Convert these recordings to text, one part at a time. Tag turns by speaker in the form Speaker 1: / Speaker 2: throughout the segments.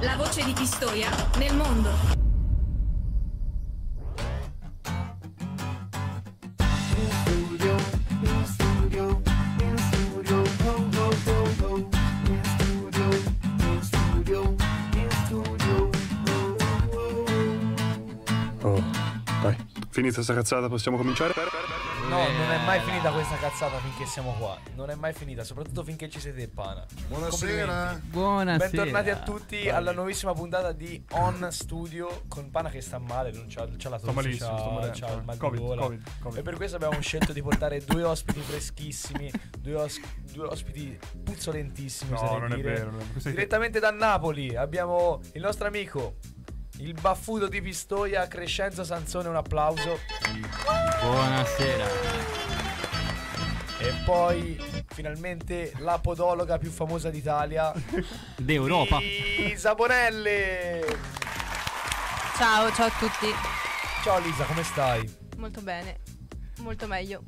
Speaker 1: La voce di Pistoia nel mondo.
Speaker 2: Oh, dai. Finita sta cazzata, possiamo cominciare?
Speaker 3: No,
Speaker 4: Eh.
Speaker 3: non è mai finita questa cazzata finché siamo qua. Non è mai finita, soprattutto finché ci siete, pana.
Speaker 5: Buonasera.
Speaker 3: Complimenti.
Speaker 6: Buonasera.
Speaker 3: Bentornati a tutti alla nuovissima puntata di On Studio con Pana che sta male, non c'ha, c'ha la tosse,
Speaker 4: Sto malissimo,
Speaker 3: c'ha,
Speaker 4: sto morendo.
Speaker 3: c'ha il mal di
Speaker 4: Covid,
Speaker 3: gola.
Speaker 4: Covid, Covid.
Speaker 3: E per questo abbiamo scelto di portare due ospiti freschissimi, due, os- due ospiti puzzolentissimi,
Speaker 4: No,
Speaker 3: oserei
Speaker 4: non è
Speaker 3: dire.
Speaker 4: vero, non è vero. Questo è-
Speaker 3: Direttamente da Napoli abbiamo il nostro amico, il baffuto di Pistoia, Crescenzo Sansone, un applauso.
Speaker 6: Buonasera.
Speaker 3: E poi finalmente la podologa più famosa d'Italia,
Speaker 6: D'Europa.
Speaker 3: Lisa Bonelli.
Speaker 7: Ciao, ciao a tutti.
Speaker 3: Ciao Lisa, come stai?
Speaker 7: Molto bene, molto meglio.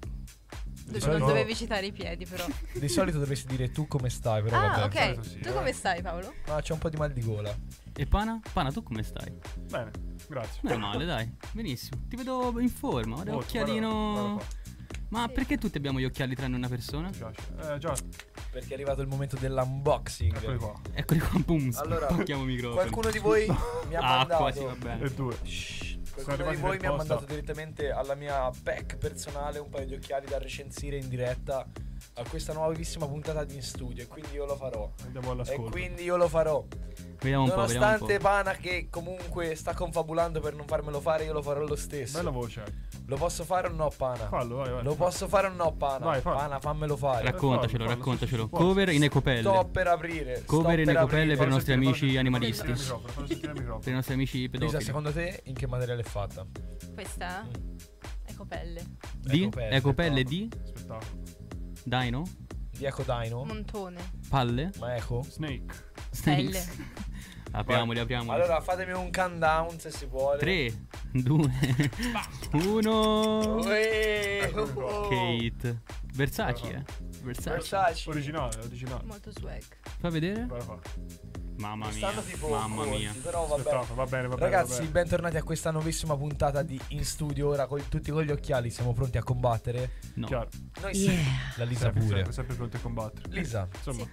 Speaker 7: Do-
Speaker 3: solito-
Speaker 7: non dovevi citare i piedi, però.
Speaker 3: Di solito dovresti dire tu come stai, però
Speaker 7: ah,
Speaker 3: vabbè.
Speaker 7: ok.
Speaker 4: sì,
Speaker 7: tu
Speaker 4: eh.
Speaker 7: come stai, Paolo?
Speaker 3: Ma c'è un po' di mal di gola.
Speaker 6: E Pana? Pana, tu come stai?
Speaker 4: Bene, grazie.
Speaker 6: Non è male, dai. Benissimo. Ti vedo in forma. Guarda,
Speaker 3: Oh,
Speaker 4: Molto,
Speaker 6: occhialino.
Speaker 4: guarda- guarda
Speaker 6: Ma perché tutti abbiamo gli occhiali tranne una persona?
Speaker 4: qua, mi piace. Eh, già,
Speaker 3: Perché è arrivato il momento dell'unboxing.
Speaker 4: eccoli qua.
Speaker 6: Eccoli qua, boom.
Speaker 3: Allora,
Speaker 6: Spacchiamo i microfoni.
Speaker 3: qualcuno di voi mi ha
Speaker 6: Ah,
Speaker 3: mandato.
Speaker 6: quasi, va bene.
Speaker 4: E due.
Speaker 3: Shh,
Speaker 4: Sono
Speaker 3: Qualcuno di
Speaker 4: arrivati
Speaker 3: voi
Speaker 4: per
Speaker 3: mi ha
Speaker 4: posta.
Speaker 3: mandato direttamente alla mia pack personale un paio di occhiali da recensire in diretta a questa nuovissima puntata di in studio. E quindi io lo farò.
Speaker 4: Andiamo
Speaker 3: E
Speaker 4: all'ascolto.
Speaker 3: quindi io lo farò.
Speaker 6: Vediamo un po', vediamo un po'.
Speaker 3: Nonostante Pana che comunque sta confabulando per non farmelo fare, io lo farò lo stesso.
Speaker 4: Bella voce. eh.
Speaker 3: Lo posso fare o no, Pana?
Speaker 4: Fallo, vai, vai.
Speaker 3: Lo posso fare o no, Pana?
Speaker 4: Vai, fallo.
Speaker 3: Pana, fammelo fare.
Speaker 4: Racc-
Speaker 6: Raccontacelo,
Speaker 4: Fallo, fallo,
Speaker 6: raccontacelo.
Speaker 4: sì, sì, sì.
Speaker 6: Cover in ecopelle.
Speaker 3: Sto per aprire. sto
Speaker 6: Cover in
Speaker 3: per
Speaker 6: ecopelle
Speaker 3: aprire.
Speaker 6: per i nostri
Speaker 4: Fallo
Speaker 6: amici
Speaker 4: sentire-
Speaker 6: animalisti.
Speaker 4: Fallo sentire il microfono, fallo sentire il microfono.
Speaker 6: Per i nostri amici pedofili.
Speaker 3: Lisa, secondo te in che materiale è fatta?
Speaker 7: Questa?
Speaker 3: Mm.
Speaker 7: Ecco pelle.
Speaker 6: di
Speaker 3: Ecopelle,
Speaker 6: ecopelle,
Speaker 3: no.
Speaker 6: di
Speaker 4: Spettacolo.
Speaker 6: dino,
Speaker 3: Di Eco
Speaker 7: Oh.
Speaker 3: Dino?
Speaker 7: Mm. Montone.
Speaker 6: palle,
Speaker 3: Ma Eco?
Speaker 4: Snake.
Speaker 6: snakes.
Speaker 7: Pelle.
Speaker 6: apriamoli, apriamoli.
Speaker 3: Allora fatemi un countdown se si vuole.
Speaker 6: 3, 2, 1.
Speaker 3: Uè,
Speaker 4: Eccolo
Speaker 3: oh,
Speaker 4: qua.
Speaker 3: oh.
Speaker 6: Kate. Versace, eh. Versace.
Speaker 3: Versace.
Speaker 4: Originale, originale.
Speaker 7: Molto swag.
Speaker 6: Fa vedere?
Speaker 4: Guarda qua.
Speaker 6: Mamma mia.
Speaker 3: Stanno tipo
Speaker 6: Mamma
Speaker 3: corti,
Speaker 6: mia.
Speaker 3: Però vabbè.
Speaker 4: Spettacolo, va bene, va bene. va
Speaker 3: Ragazzi,
Speaker 4: bene.
Speaker 3: bentornati a questa nuovissima puntata di In Studio. Ora, con tutti con gli occhiali, siamo pronti a combattere.
Speaker 6: No.
Speaker 4: Chiaro.
Speaker 3: Noi sì. La Lisa
Speaker 4: Sempre,
Speaker 3: pure.
Speaker 4: sempre, sempre pronti a combattere.
Speaker 3: Lisa,
Speaker 4: Insomma,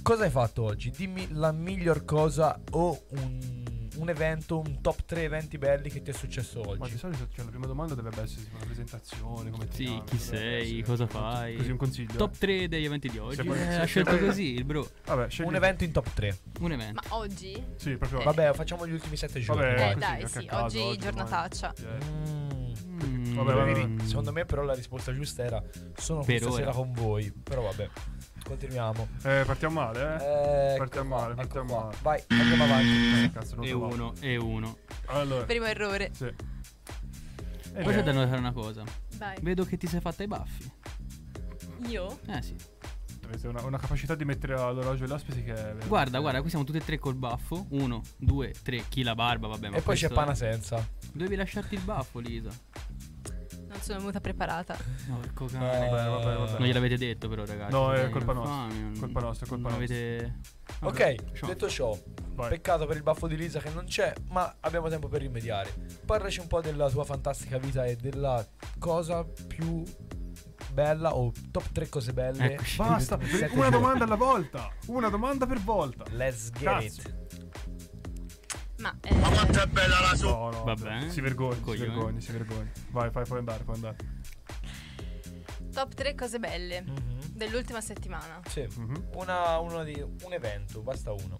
Speaker 3: cosa hai fatto oggi? Dimmi la miglior cosa o un, un evento, un top 3 eventi belli che ti è successo
Speaker 4: ma di
Speaker 3: oggi.
Speaker 4: solito cioè, la prima domanda dovrebbe essere tipo, una presentazione, come ti
Speaker 6: Sì,
Speaker 4: chiami,
Speaker 6: chi
Speaker 4: dovrebbe
Speaker 6: sei,
Speaker 4: essere,
Speaker 6: cosa
Speaker 4: tutto-
Speaker 6: fai.
Speaker 4: Così un consiglio.
Speaker 6: Top
Speaker 4: eh.
Speaker 6: 3 degli eventi di oggi.
Speaker 4: Se vuoi-
Speaker 6: Eh,
Speaker 4: se
Speaker 6: ha scelto
Speaker 4: vuoi-
Speaker 6: così il bro.
Speaker 4: Vabbè, scegli
Speaker 3: Un evento in top 3.
Speaker 6: Un
Speaker 7: Ma
Speaker 6: evento.
Speaker 7: oggi?
Speaker 4: Sì, proprio.
Speaker 7: Eh.
Speaker 3: Vabbè, facciamo gli ultimi 7 giorni.
Speaker 4: Vabbè,
Speaker 7: Eh,
Speaker 3: dai.
Speaker 4: così,
Speaker 7: dai,
Speaker 4: anche
Speaker 7: sì,
Speaker 4: a caso,
Speaker 7: oggi
Speaker 4: oggi,
Speaker 7: giornataccia.
Speaker 4: Eh,
Speaker 3: Mm.
Speaker 6: Mm.
Speaker 4: Vabbè, vabbè,
Speaker 3: Dovevi- Secondo me, però, la risposta giusta era: Sono
Speaker 6: Per
Speaker 3: questa
Speaker 6: ora.
Speaker 3: sera con voi. Però, vabbè, continuiamo.
Speaker 4: eh, partiamo male, eh.
Speaker 3: Eh,
Speaker 4: partiamo
Speaker 3: ecco qua,
Speaker 4: male,
Speaker 3: ecco
Speaker 4: partiamo
Speaker 3: qua.
Speaker 4: male.
Speaker 3: Vai, andiamo avanti.
Speaker 4: Eh, cazzo, non Eh.
Speaker 6: E
Speaker 4: trovavo.
Speaker 6: uno, e uno.
Speaker 4: Allora,
Speaker 7: Primo errore.
Speaker 4: sì. Eh,
Speaker 6: Poi c'è
Speaker 4: beh,
Speaker 6: da notare una cosa.
Speaker 7: Vai.
Speaker 6: Vedo che ti sei fatta i baffi.
Speaker 7: Io?
Speaker 6: Eh sì.
Speaker 4: avete una, una capacità di mettere all'orologio gli ospiti che è veramente-
Speaker 6: Guarda, guarda, qui siamo tutti e tre col baffo. Uno, due, tre. Chi la barba, vabbè. Eh, ma
Speaker 3: e poi c'è
Speaker 6: questo-
Speaker 3: Pana senza.
Speaker 6: Dovevi lasciarti il baffo, Lisa.
Speaker 7: Non sono venuta preparata.
Speaker 6: No, porco
Speaker 3: Eh,
Speaker 6: cane.
Speaker 4: vabbè, vabbè, vabbè.
Speaker 6: Non gliel'avete detto però ragazzi.
Speaker 4: No, è
Speaker 6: Dai,
Speaker 4: colpa
Speaker 6: non
Speaker 4: nostra,
Speaker 6: fame, non-
Speaker 4: colpa nostra, colpa
Speaker 6: non
Speaker 4: nostra.
Speaker 6: avete-
Speaker 3: Ok,
Speaker 6: Ciao.
Speaker 3: detto ciò,
Speaker 4: Vai.
Speaker 3: peccato per il baffo di Lisa che non c'è, ma abbiamo tempo per rimediare. Parlaci un po' della tua fantastica vita e della cosa più bella o top 3 cose belle.
Speaker 6: Eccoci.
Speaker 4: Basta,
Speaker 3: Sette
Speaker 4: una
Speaker 3: giorni.
Speaker 4: domanda alla volta. Una domanda per volta.
Speaker 3: Let's get
Speaker 4: Cazzo.
Speaker 3: it.
Speaker 7: Ma, eh,
Speaker 4: No, no.
Speaker 6: Va
Speaker 4: no.
Speaker 6: bene.
Speaker 4: Si vergogni,
Speaker 6: eh. Coglione.
Speaker 4: si vergogni, si vergogni. Vai, fai, puoi andare, puoi andare.
Speaker 7: top 3 cose belle
Speaker 3: Mhm.
Speaker 7: dell'ultima settimana.
Speaker 3: Sì.
Speaker 4: Mhm.
Speaker 3: Una, uno di, un evento, basta uno.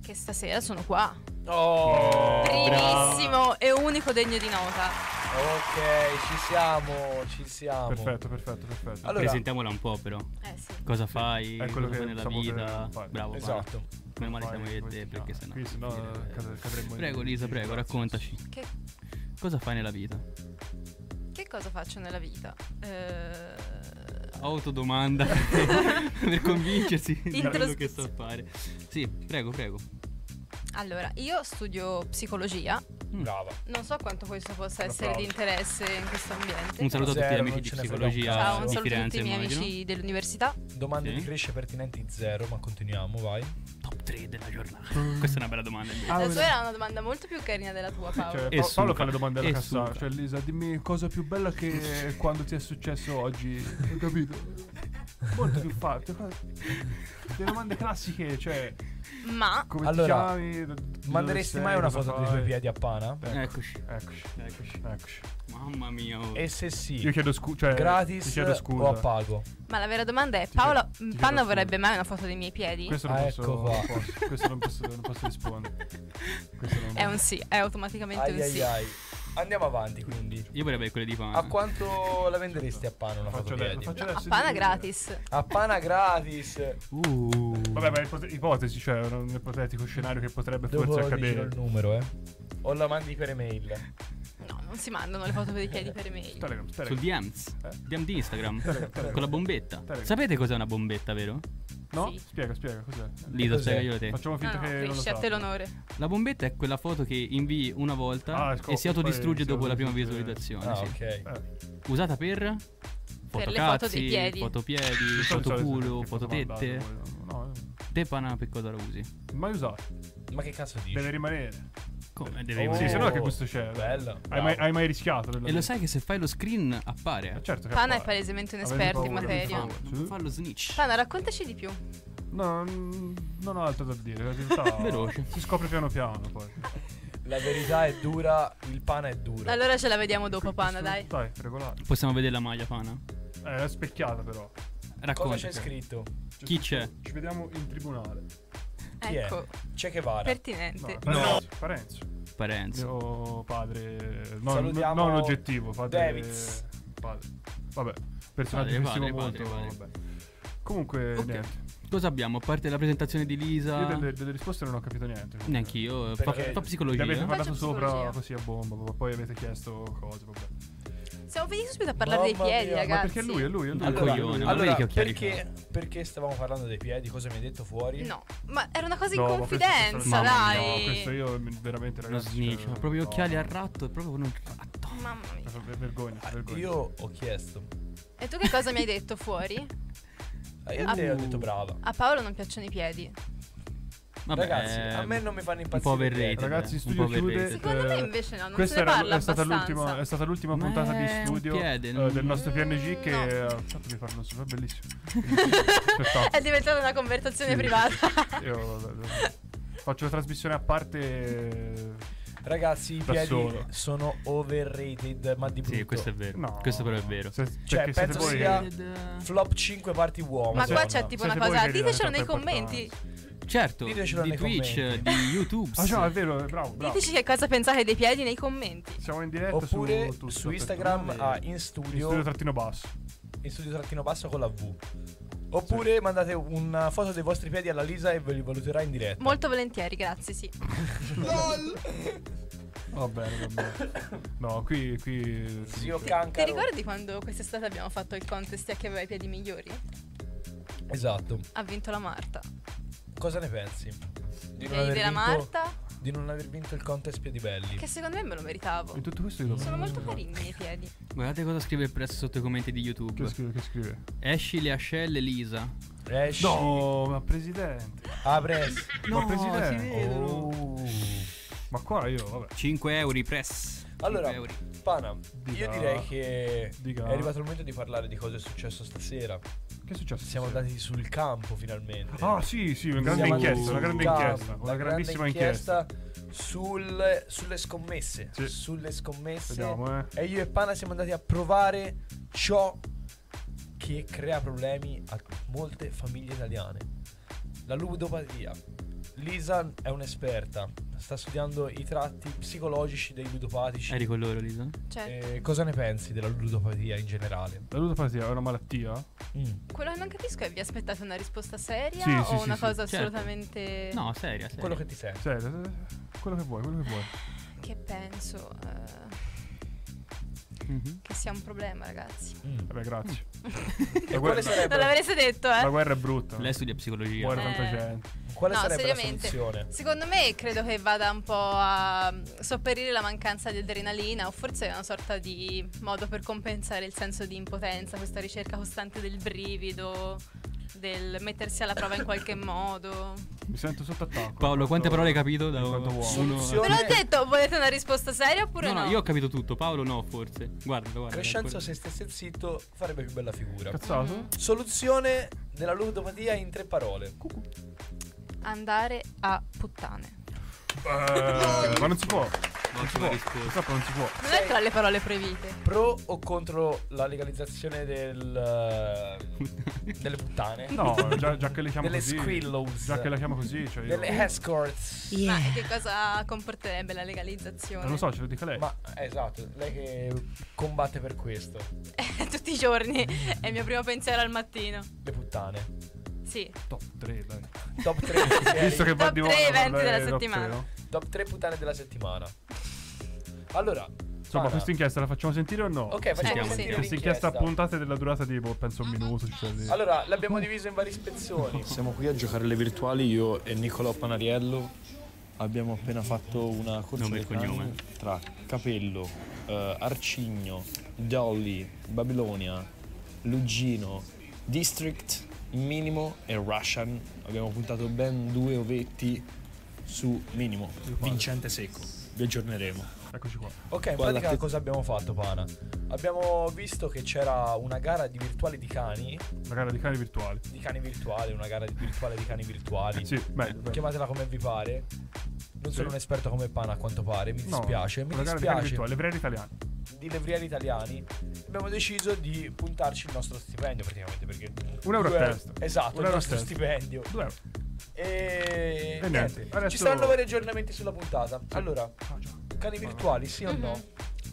Speaker 7: Che stasera sono qua.
Speaker 3: Oh,
Speaker 7: Primissimo e unico degno di nota.
Speaker 3: ok, ci siamo, ci
Speaker 6: Ah, boh.
Speaker 3: siamo.
Speaker 4: Perfetto, perfetto, perfetto.
Speaker 3: Allora-
Speaker 6: Presentiamola un po' però.
Speaker 7: Eh sì.
Speaker 6: Cosa fai?
Speaker 4: È quello
Speaker 6: cosa fai
Speaker 4: che
Speaker 6: nella
Speaker 4: stiamo per
Speaker 6: vita?
Speaker 4: fare.
Speaker 6: Bravo.
Speaker 3: Esatto.
Speaker 6: Paolo. Meno male
Speaker 4: Vai,
Speaker 6: siamo io e
Speaker 4: come
Speaker 6: te
Speaker 4: si
Speaker 6: perché
Speaker 4: chiama?
Speaker 6: sennò.
Speaker 4: Qui sennò
Speaker 6: finirei-
Speaker 4: cade- cadremmo in-
Speaker 6: Prego Lisa, prego, raccontaci.
Speaker 7: Che,
Speaker 6: Cosa fai nella vita?
Speaker 7: che cosa faccio nella vita? Eh,
Speaker 6: Autodomanda per convincersi di
Speaker 7: Intros-
Speaker 6: quello che sto a fare. Sì, prego, prego.
Speaker 7: allora, io studio psicologia
Speaker 6: Mm.
Speaker 3: Brava.
Speaker 7: Non so quanto questo possa
Speaker 3: Un
Speaker 7: essere di
Speaker 3: applauso.
Speaker 7: interesse in questo ambiente.
Speaker 6: Un saluto a tutti
Speaker 3: Zero,
Speaker 6: gli
Speaker 3: non
Speaker 6: amici di
Speaker 3: ce ne frega un
Speaker 6: psicologia
Speaker 7: Ciao, un
Speaker 6: di
Speaker 7: saluto a
Speaker 6: Firenze,
Speaker 7: tutti i miei
Speaker 6: immagino.
Speaker 7: amici dell'università.
Speaker 3: Domande
Speaker 6: Sì.
Speaker 3: di crescita pertinenti zero, ma continuiamo, vai.
Speaker 6: Top 3 della giornata. Questa è una bella domanda. invece.
Speaker 7: La tua era una domanda molto più carina della tua, Paolo.
Speaker 4: Cioè,
Speaker 6: E
Speaker 4: Pa- Paolo
Speaker 6: suca,
Speaker 4: fa le domande alla
Speaker 6: e
Speaker 4: cassa.
Speaker 6: suca.
Speaker 4: Cioè, Lisa, dimmi cosa più bella che quando ti è successo oggi. Hai capito? Molto più fatto. Le domande classiche, cioè,
Speaker 7: Ma
Speaker 4: come
Speaker 3: Allora,
Speaker 4: ti chiami? d-
Speaker 3: Manderesti
Speaker 4: dove
Speaker 3: mai
Speaker 4: sei,
Speaker 3: una
Speaker 4: cosa
Speaker 3: foto dei
Speaker 4: fai?
Speaker 3: tuoi piedi a pana?
Speaker 6: Eccoci,
Speaker 4: Eccoci,
Speaker 6: eccoci.
Speaker 4: eccoci.
Speaker 6: Mamma mia. oh.
Speaker 3: E se sì,
Speaker 4: Io chiedo scusa. Cioè, ti
Speaker 3: gratis
Speaker 4: chiedo
Speaker 3: o
Speaker 4: scusa.
Speaker 3: a pago?
Speaker 7: Ma la vera domanda è:
Speaker 4: chiedo-
Speaker 7: Paolo
Speaker 4: ti chiedo
Speaker 7: Panna
Speaker 4: scusa.
Speaker 7: vorrebbe mai una foto dei miei piedi?
Speaker 4: Questo non
Speaker 3: Ah,
Speaker 4: posso,
Speaker 3: ecco
Speaker 4: non
Speaker 3: qua.
Speaker 4: posso- questo non posso, non posso rispondere. Questo non
Speaker 7: È un sì, è automaticamente
Speaker 3: Ai
Speaker 7: un
Speaker 3: ai
Speaker 7: sì.
Speaker 3: ai. Andiamo avanti, quindi.
Speaker 6: Io vorrei avere quelle di
Speaker 3: A
Speaker 6: pana.
Speaker 3: quanto la venderesti a pana una
Speaker 4: Lo
Speaker 3: foto
Speaker 4: faccio adesso, lo
Speaker 3: piedi?
Speaker 4: faccio
Speaker 7: A
Speaker 4: adesso.
Speaker 7: pana gratis.
Speaker 3: A pana gratis.
Speaker 6: Uh.
Speaker 4: Vabbè, ma è ipote- ipotesi, cioè è un ipotetico scenario che potrebbe
Speaker 3: Dopo
Speaker 4: forse
Speaker 3: vi giro
Speaker 4: accadere.
Speaker 3: il numero, eh. O la mandi per email.
Speaker 7: No, non si mandano le foto dei piedi per email.
Speaker 4: Telegram,
Speaker 6: Sul
Speaker 4: Telegram.
Speaker 6: DMs.
Speaker 4: Eh?
Speaker 6: DM di Instagram. Con la bombetta.
Speaker 4: Telegram.
Speaker 6: Sapete cos'è una bombetta, vero?
Speaker 4: No?
Speaker 7: Sì.
Speaker 4: Spiega, spiega, cos'è?
Speaker 6: Lisa,
Speaker 3: cos'è?
Speaker 6: spiegalo te.
Speaker 4: Facciamo
Speaker 7: No,
Speaker 4: finta
Speaker 7: no,
Speaker 4: che non lo
Speaker 7: finisci a
Speaker 4: sappia.
Speaker 7: te l'onore.
Speaker 6: La bombetta è quella foto che invii una volta
Speaker 4: Ah, scopri,
Speaker 6: e si autodistrugge
Speaker 4: poi si
Speaker 6: dopo la prima
Speaker 4: autodistrugge.
Speaker 6: visualizzazione.
Speaker 3: Ah,
Speaker 6: sì.
Speaker 3: ok.
Speaker 4: Eh,
Speaker 6: Usata per.
Speaker 7: Per le
Speaker 6: fotocazzi,
Speaker 7: foto dei piedi.
Speaker 6: Fotopiedi,
Speaker 4: di solito
Speaker 6: fotoculo,
Speaker 4: che foto
Speaker 6: fototette.
Speaker 4: mandato, poi, No, no, eh,
Speaker 6: Te pana per cosa la usi?
Speaker 4: mai usato.
Speaker 3: Ma che cazzo dici?
Speaker 4: Deve rimanere.
Speaker 6: Come deve
Speaker 3: Oh.
Speaker 4: Sì,
Speaker 6: rimanere?
Speaker 4: se no che gusto c'è?
Speaker 3: Bella,
Speaker 4: Hai
Speaker 3: bravo.
Speaker 4: mai, hai mai rischiato?
Speaker 6: E lo sai che se fai lo screen appare. eh?
Speaker 4: Certo che
Speaker 7: Pana è
Speaker 4: appare.
Speaker 7: palesemente un
Speaker 4: Avete
Speaker 7: esperto in
Speaker 4: paura,
Speaker 7: materia.
Speaker 4: per
Speaker 6: Non
Speaker 4: Sì.
Speaker 6: fa lo snitch.
Speaker 7: Pana, raccontaci di più.
Speaker 4: No, mm, non ho altro da dire. In realtà
Speaker 6: Veloce.
Speaker 4: si scopre piano piano poi.
Speaker 3: La verità è dura, il pana è duro.
Speaker 7: Allora ce la vediamo dopo, Pana, dai.
Speaker 4: Dai, regolare.
Speaker 6: Possiamo vedere la maglia pana?
Speaker 4: Eh, è specchiata però.
Speaker 6: Racconta.
Speaker 3: Cosa c'è scritto?
Speaker 6: Chi c'è?
Speaker 4: Ci vediamo in tribunale.
Speaker 3: Chi è?
Speaker 7: Ecco,
Speaker 3: C'è che vara.
Speaker 4: No,
Speaker 7: pertinente.
Speaker 4: Parenzo. Parenzo.
Speaker 6: Parenzo.
Speaker 4: Mio padre. No,
Speaker 3: Salutiamo
Speaker 4: non oggettivo. Padre.
Speaker 3: Davids.
Speaker 4: Padre. Vabbè, personaggio
Speaker 6: Padre,
Speaker 4: che stimo
Speaker 6: padre,
Speaker 4: molto.
Speaker 6: padre, padre.
Speaker 4: vabbè. Comunque,
Speaker 6: Ok.
Speaker 4: niente.
Speaker 6: Cosa abbiamo? A parte la presentazione di Lisa.
Speaker 4: Io delle, delle risposte non ho capito niente. comunque.
Speaker 6: Neanch'io. eh, Fa,
Speaker 3: Perché-
Speaker 6: fa
Speaker 4: Vi
Speaker 6: psicologia.
Speaker 4: avete parlato
Speaker 7: Faccio
Speaker 4: sopra
Speaker 7: psicologia.
Speaker 4: così a bomba, ma poi avete chiesto cose, vabbè.
Speaker 7: Siamo finiti subito a parlare
Speaker 3: Mamma
Speaker 7: dei piedi,
Speaker 3: mia, ma
Speaker 7: ragazzi.
Speaker 4: Ma perché lui, è lui, è lui.
Speaker 6: Al
Speaker 4: Allora,
Speaker 6: coglione, ma
Speaker 3: Allora,
Speaker 6: vedi che occhiali
Speaker 3: perché, perché stavamo parlando dei piedi? Cosa mi hai detto fuori?
Speaker 7: No, ma era una cosa in
Speaker 4: No, ma questo è
Speaker 7: confidenza,
Speaker 4: stato-
Speaker 6: Mamma
Speaker 7: dai.
Speaker 6: mia,
Speaker 4: No, questo io mi- veramente
Speaker 6: Lo
Speaker 4: ragazzi.
Speaker 6: snitch.
Speaker 4: cioè,
Speaker 6: Ha proprio gli
Speaker 4: no,
Speaker 6: occuoli
Speaker 4: no.
Speaker 6: a ratto. È proprio un ratto.
Speaker 7: Mamma mia.
Speaker 4: Ver- Vergogna,
Speaker 3: Ah,
Speaker 4: vergogna.
Speaker 3: Io ho chiesto.
Speaker 7: E tu che cosa mi hai detto fuori?
Speaker 3: Ah, Io a te
Speaker 6: Uh.
Speaker 3: ho detto brava.
Speaker 7: A Paolo non piacciono i piedi.
Speaker 6: Vabbè,
Speaker 3: Ragazzi, a me
Speaker 6: ehm,
Speaker 3: non mi fanno
Speaker 6: un po'
Speaker 3: impazzire.
Speaker 6: overrated.
Speaker 3: i piedi.
Speaker 4: Ragazzi,
Speaker 6: eh, un
Speaker 4: studio
Speaker 6: po' overrated.
Speaker 4: chiude.
Speaker 7: Secondo
Speaker 4: Eh,
Speaker 7: me invece no, non
Speaker 4: Questa
Speaker 7: se ne
Speaker 4: era-
Speaker 7: parla
Speaker 4: è stata
Speaker 7: abbastanza. Eh.
Speaker 4: l'ultima, è stata l'ultima
Speaker 6: Ma
Speaker 4: puntata
Speaker 6: è
Speaker 4: di
Speaker 6: un
Speaker 4: studio
Speaker 6: piede,
Speaker 4: eh,
Speaker 6: non-
Speaker 4: del nostro PNG che
Speaker 7: no.
Speaker 4: eh, tanto vi farlo super bellissimo. Spettacolo.
Speaker 7: È diventata una conversazione
Speaker 4: Sì,
Speaker 7: privata.
Speaker 4: Io eh, faccio la trasmissione a parte
Speaker 3: Ragazzi, i
Speaker 4: Da
Speaker 3: piedi
Speaker 4: solo.
Speaker 3: sono overrated, ma di brutto.
Speaker 6: Sì, questo è vero.
Speaker 4: No.
Speaker 6: Eh, Questo però è vero.
Speaker 4: Se-
Speaker 3: Cioè,
Speaker 4: perché siete
Speaker 3: penso
Speaker 4: voi
Speaker 3: sia-
Speaker 4: che-
Speaker 3: Flop 5 parti uomo.
Speaker 7: Ma qua
Speaker 3: donna.
Speaker 7: c'è tipo
Speaker 4: siete
Speaker 7: una
Speaker 4: voi
Speaker 7: cosa.
Speaker 4: che gli date
Speaker 7: Ditecelo nei
Speaker 4: troppa
Speaker 7: commenti.
Speaker 4: importanza.
Speaker 6: Certo, di
Speaker 3: Ditecelo nei
Speaker 6: Twitch,
Speaker 3: commenti.
Speaker 6: di YouTube.
Speaker 4: Ah, no, è vero, bravo, bravo.
Speaker 7: Diteci che cosa pensate dei piedi nei commenti.
Speaker 4: Siamo in diretta
Speaker 3: Oppure
Speaker 4: su,
Speaker 3: su,
Speaker 4: tutto, cioè,
Speaker 3: Instagram
Speaker 4: tutto.
Speaker 3: a in studio,
Speaker 4: studio trattino basso.
Speaker 3: in studio trattino basso con la V. Oppure mandate una foto dei vostri piedi alla Lisa e ve li valuterà in diretta.
Speaker 7: Molto volentieri, grazie, sì.
Speaker 4: Va bene, va bene. No, qui qui
Speaker 3: Zio
Speaker 7: Ti
Speaker 3: Cancaro.
Speaker 7: ricordi quando quest'estate abbiamo fatto il contest a chi aveva i piedi migliori?
Speaker 3: Esatto.
Speaker 7: Ha vinto la Marta.
Speaker 3: Cosa ne pensi? Di
Speaker 7: I piedi della
Speaker 3: vinto,
Speaker 7: Marta,
Speaker 3: di non aver vinto il contest piedi belli.
Speaker 7: che secondo me me lo meritavo.
Speaker 4: in tutto questo io
Speaker 7: Sono molto carini i miei piedi.
Speaker 6: Guardate cosa scrive il press sotto i commenti di YouTube.
Speaker 4: Che scrive? Che scrive?
Speaker 6: Esci le ascelle Lisa.
Speaker 3: Esci.
Speaker 4: No, ma presidente.
Speaker 3: Apres.
Speaker 4: ma presidente.
Speaker 3: Oh.
Speaker 4: Ma qua io, vabbè.
Speaker 6: 5 euro i press.
Speaker 3: Allora,
Speaker 6: 5 euro.
Speaker 3: Pana,
Speaker 4: Dica.
Speaker 3: io direi che
Speaker 4: Dica.
Speaker 3: è arrivato il momento di parlare di cosa è successo stasera.
Speaker 4: Che è successo?
Speaker 3: Siamo
Speaker 4: stasera?
Speaker 3: andati sul campo finalmente.
Speaker 4: Ah, sì, sì, una grande
Speaker 3: Siamo andati
Speaker 4: inchiesta,
Speaker 3: sul
Speaker 4: una grande
Speaker 3: campo,
Speaker 4: inchiesta, una
Speaker 3: grande
Speaker 4: grandissima inchiesta.
Speaker 3: sul- sulle scommesse.
Speaker 4: Sì.
Speaker 3: Sulle scommesse.
Speaker 4: Vediamo, eh.
Speaker 3: E io e Pana siamo andati a provare ciò che crea problemi a molte famiglie italiane. La ludopatia. Lisa è un'esperta, sta studiando i tratti psicologici dei ludopatici.
Speaker 6: Eri con loro Lisa?
Speaker 7: Cioè,
Speaker 3: Eh, cosa ne pensi della ludopatia in generale?
Speaker 4: La ludopatia è una malattia?
Speaker 7: quello che non capisco è vi aspettate una risposta seria
Speaker 4: Sì,
Speaker 7: o
Speaker 4: sì, sì,
Speaker 7: una
Speaker 4: sì.
Speaker 7: cosa
Speaker 6: Certo.
Speaker 7: assolutamente...
Speaker 6: No, seria, seria.
Speaker 3: Quello che ti senti.
Speaker 4: Cioè, eh, quello che vuoi, quello che vuoi.
Speaker 7: Che penso eh,
Speaker 6: Mhm.
Speaker 7: che sia un problema, ragazzi.
Speaker 3: Mm.
Speaker 4: Vabbè, grazie.
Speaker 3: E
Speaker 4: guerra-
Speaker 3: quale sarebbe?
Speaker 7: Non l'avreste detto,
Speaker 4: La
Speaker 7: eh?
Speaker 4: guerra è brutta.
Speaker 6: Lei studia psicologia.
Speaker 4: Muore
Speaker 7: Eh.
Speaker 4: tanta gente.
Speaker 3: Quale
Speaker 7: No,
Speaker 3: sarebbe la
Speaker 7: seriamente.
Speaker 3: soluzione?
Speaker 7: Secondo me credo che vada un po' a mm, sopperire la mancanza di adrenalina o forse è una sorta di modo per compensare il senso di impotenza, questa ricerca costante del brivido, del mettersi alla prova in qualche modo.
Speaker 4: Mi sento sotto attacco.
Speaker 6: Paolo, quante parole hai capito da
Speaker 4: quanto uomo.
Speaker 6: uno?
Speaker 3: Soluzione.
Speaker 6: No,
Speaker 7: Ve l'ho detto, volete una risposta seria oppure no?
Speaker 6: Cioè, no, io ho capito tutto. Paolo, no, forse. Guardalo, guarda.
Speaker 3: Crescenzo se stesse zitto farebbe più bella figura.
Speaker 4: Cazzato?
Speaker 3: Soluzione della ludopatia in tre parole.
Speaker 7: Andare a puttane.
Speaker 4: Eh, ma non si può. Non si può.
Speaker 6: Ottima risposta.
Speaker 4: Purtroppo non si può.
Speaker 7: Non è tra le parole proibite.
Speaker 3: Pro o contro la legalizzazione del, eh, delle puttane?
Speaker 4: No, già, già che le chiamo
Speaker 3: Delle
Speaker 4: così.
Speaker 3: squillows.
Speaker 4: Già che la chiamo così, cioè io-
Speaker 3: Delle eh, escorts.
Speaker 7: Ma che cosa comporterebbe la legalizzazione?
Speaker 4: Non lo so, ce lo dica lei.
Speaker 3: Ma eh, esatto, lei che combatte per questo.
Speaker 7: Tutti i giorni è il mio primo pensiero al mattino.
Speaker 3: Le puttane.
Speaker 7: Sì.
Speaker 4: Top 3, dai.
Speaker 3: Top 3
Speaker 4: Visto che
Speaker 7: Top
Speaker 4: va di
Speaker 7: tre
Speaker 4: moda
Speaker 7: eventi
Speaker 4: parlare
Speaker 7: della
Speaker 4: di top
Speaker 7: settimana.
Speaker 4: tre, no?
Speaker 3: Top 3 puttane della settimana. Allora,
Speaker 4: Insomma,
Speaker 3: Pana.
Speaker 4: questa inchiesta la facciamo sentire o no?
Speaker 3: ok, facciamo
Speaker 6: sì.
Speaker 3: sentire
Speaker 4: Questa inchiesta
Speaker 3: l'inchiesta. Mhm.
Speaker 4: a puntate della durata di, boh, penso, un minuto. cioè, di-
Speaker 3: Allora, l'abbiamo diviso in vari spezzoni.
Speaker 5: Siamo qui a giocare alle virtuali, io e Niccolò Panariello abbiamo appena fatto una corsa
Speaker 6: Nome e
Speaker 5: del cane
Speaker 6: cognome.
Speaker 5: tra Capello, eh, Arcigno, Dolly, Babilonia, Lugino, District, Minimo e Russian. Abbiamo puntato ben due ovetti su Minimo, vincente secco. Vi aggiorneremo.
Speaker 4: Eccoci qua.
Speaker 3: Ok, in
Speaker 5: Guarda
Speaker 3: pratica
Speaker 5: che-
Speaker 3: cosa abbiamo fatto, Pana? Abbiamo visto che c'era una gara di virtuali di cani,
Speaker 4: La gara di cani virtuali.
Speaker 3: di cani virtuali, una gara di virtuale di cani virtuali.
Speaker 4: Sì, meglio. meglio.
Speaker 3: Chiamatela come vi pare. Non sono un
Speaker 4: Sì.
Speaker 3: esperto come Pana a quanto pare, mi
Speaker 4: No,
Speaker 3: dispiace, mi
Speaker 4: la gara di cani
Speaker 3: dispiace.
Speaker 4: virtuali, le brand italiane.
Speaker 3: Di levrieri italiani abbiamo deciso di puntarci il nostro stipendio praticamente perché
Speaker 4: Un euro a
Speaker 3: due-
Speaker 4: testa.
Speaker 3: Esatto,
Speaker 4: Un
Speaker 3: il
Speaker 4: euro a
Speaker 3: nostro
Speaker 4: testa.
Speaker 3: stipendio.
Speaker 4: 2 euro.
Speaker 3: E,
Speaker 4: E niente, adesso-
Speaker 3: ci saranno vari aggiornamenti sulla puntata. Allora,
Speaker 4: Ah,
Speaker 3: cani virtuali, sì o no?
Speaker 7: Mhm.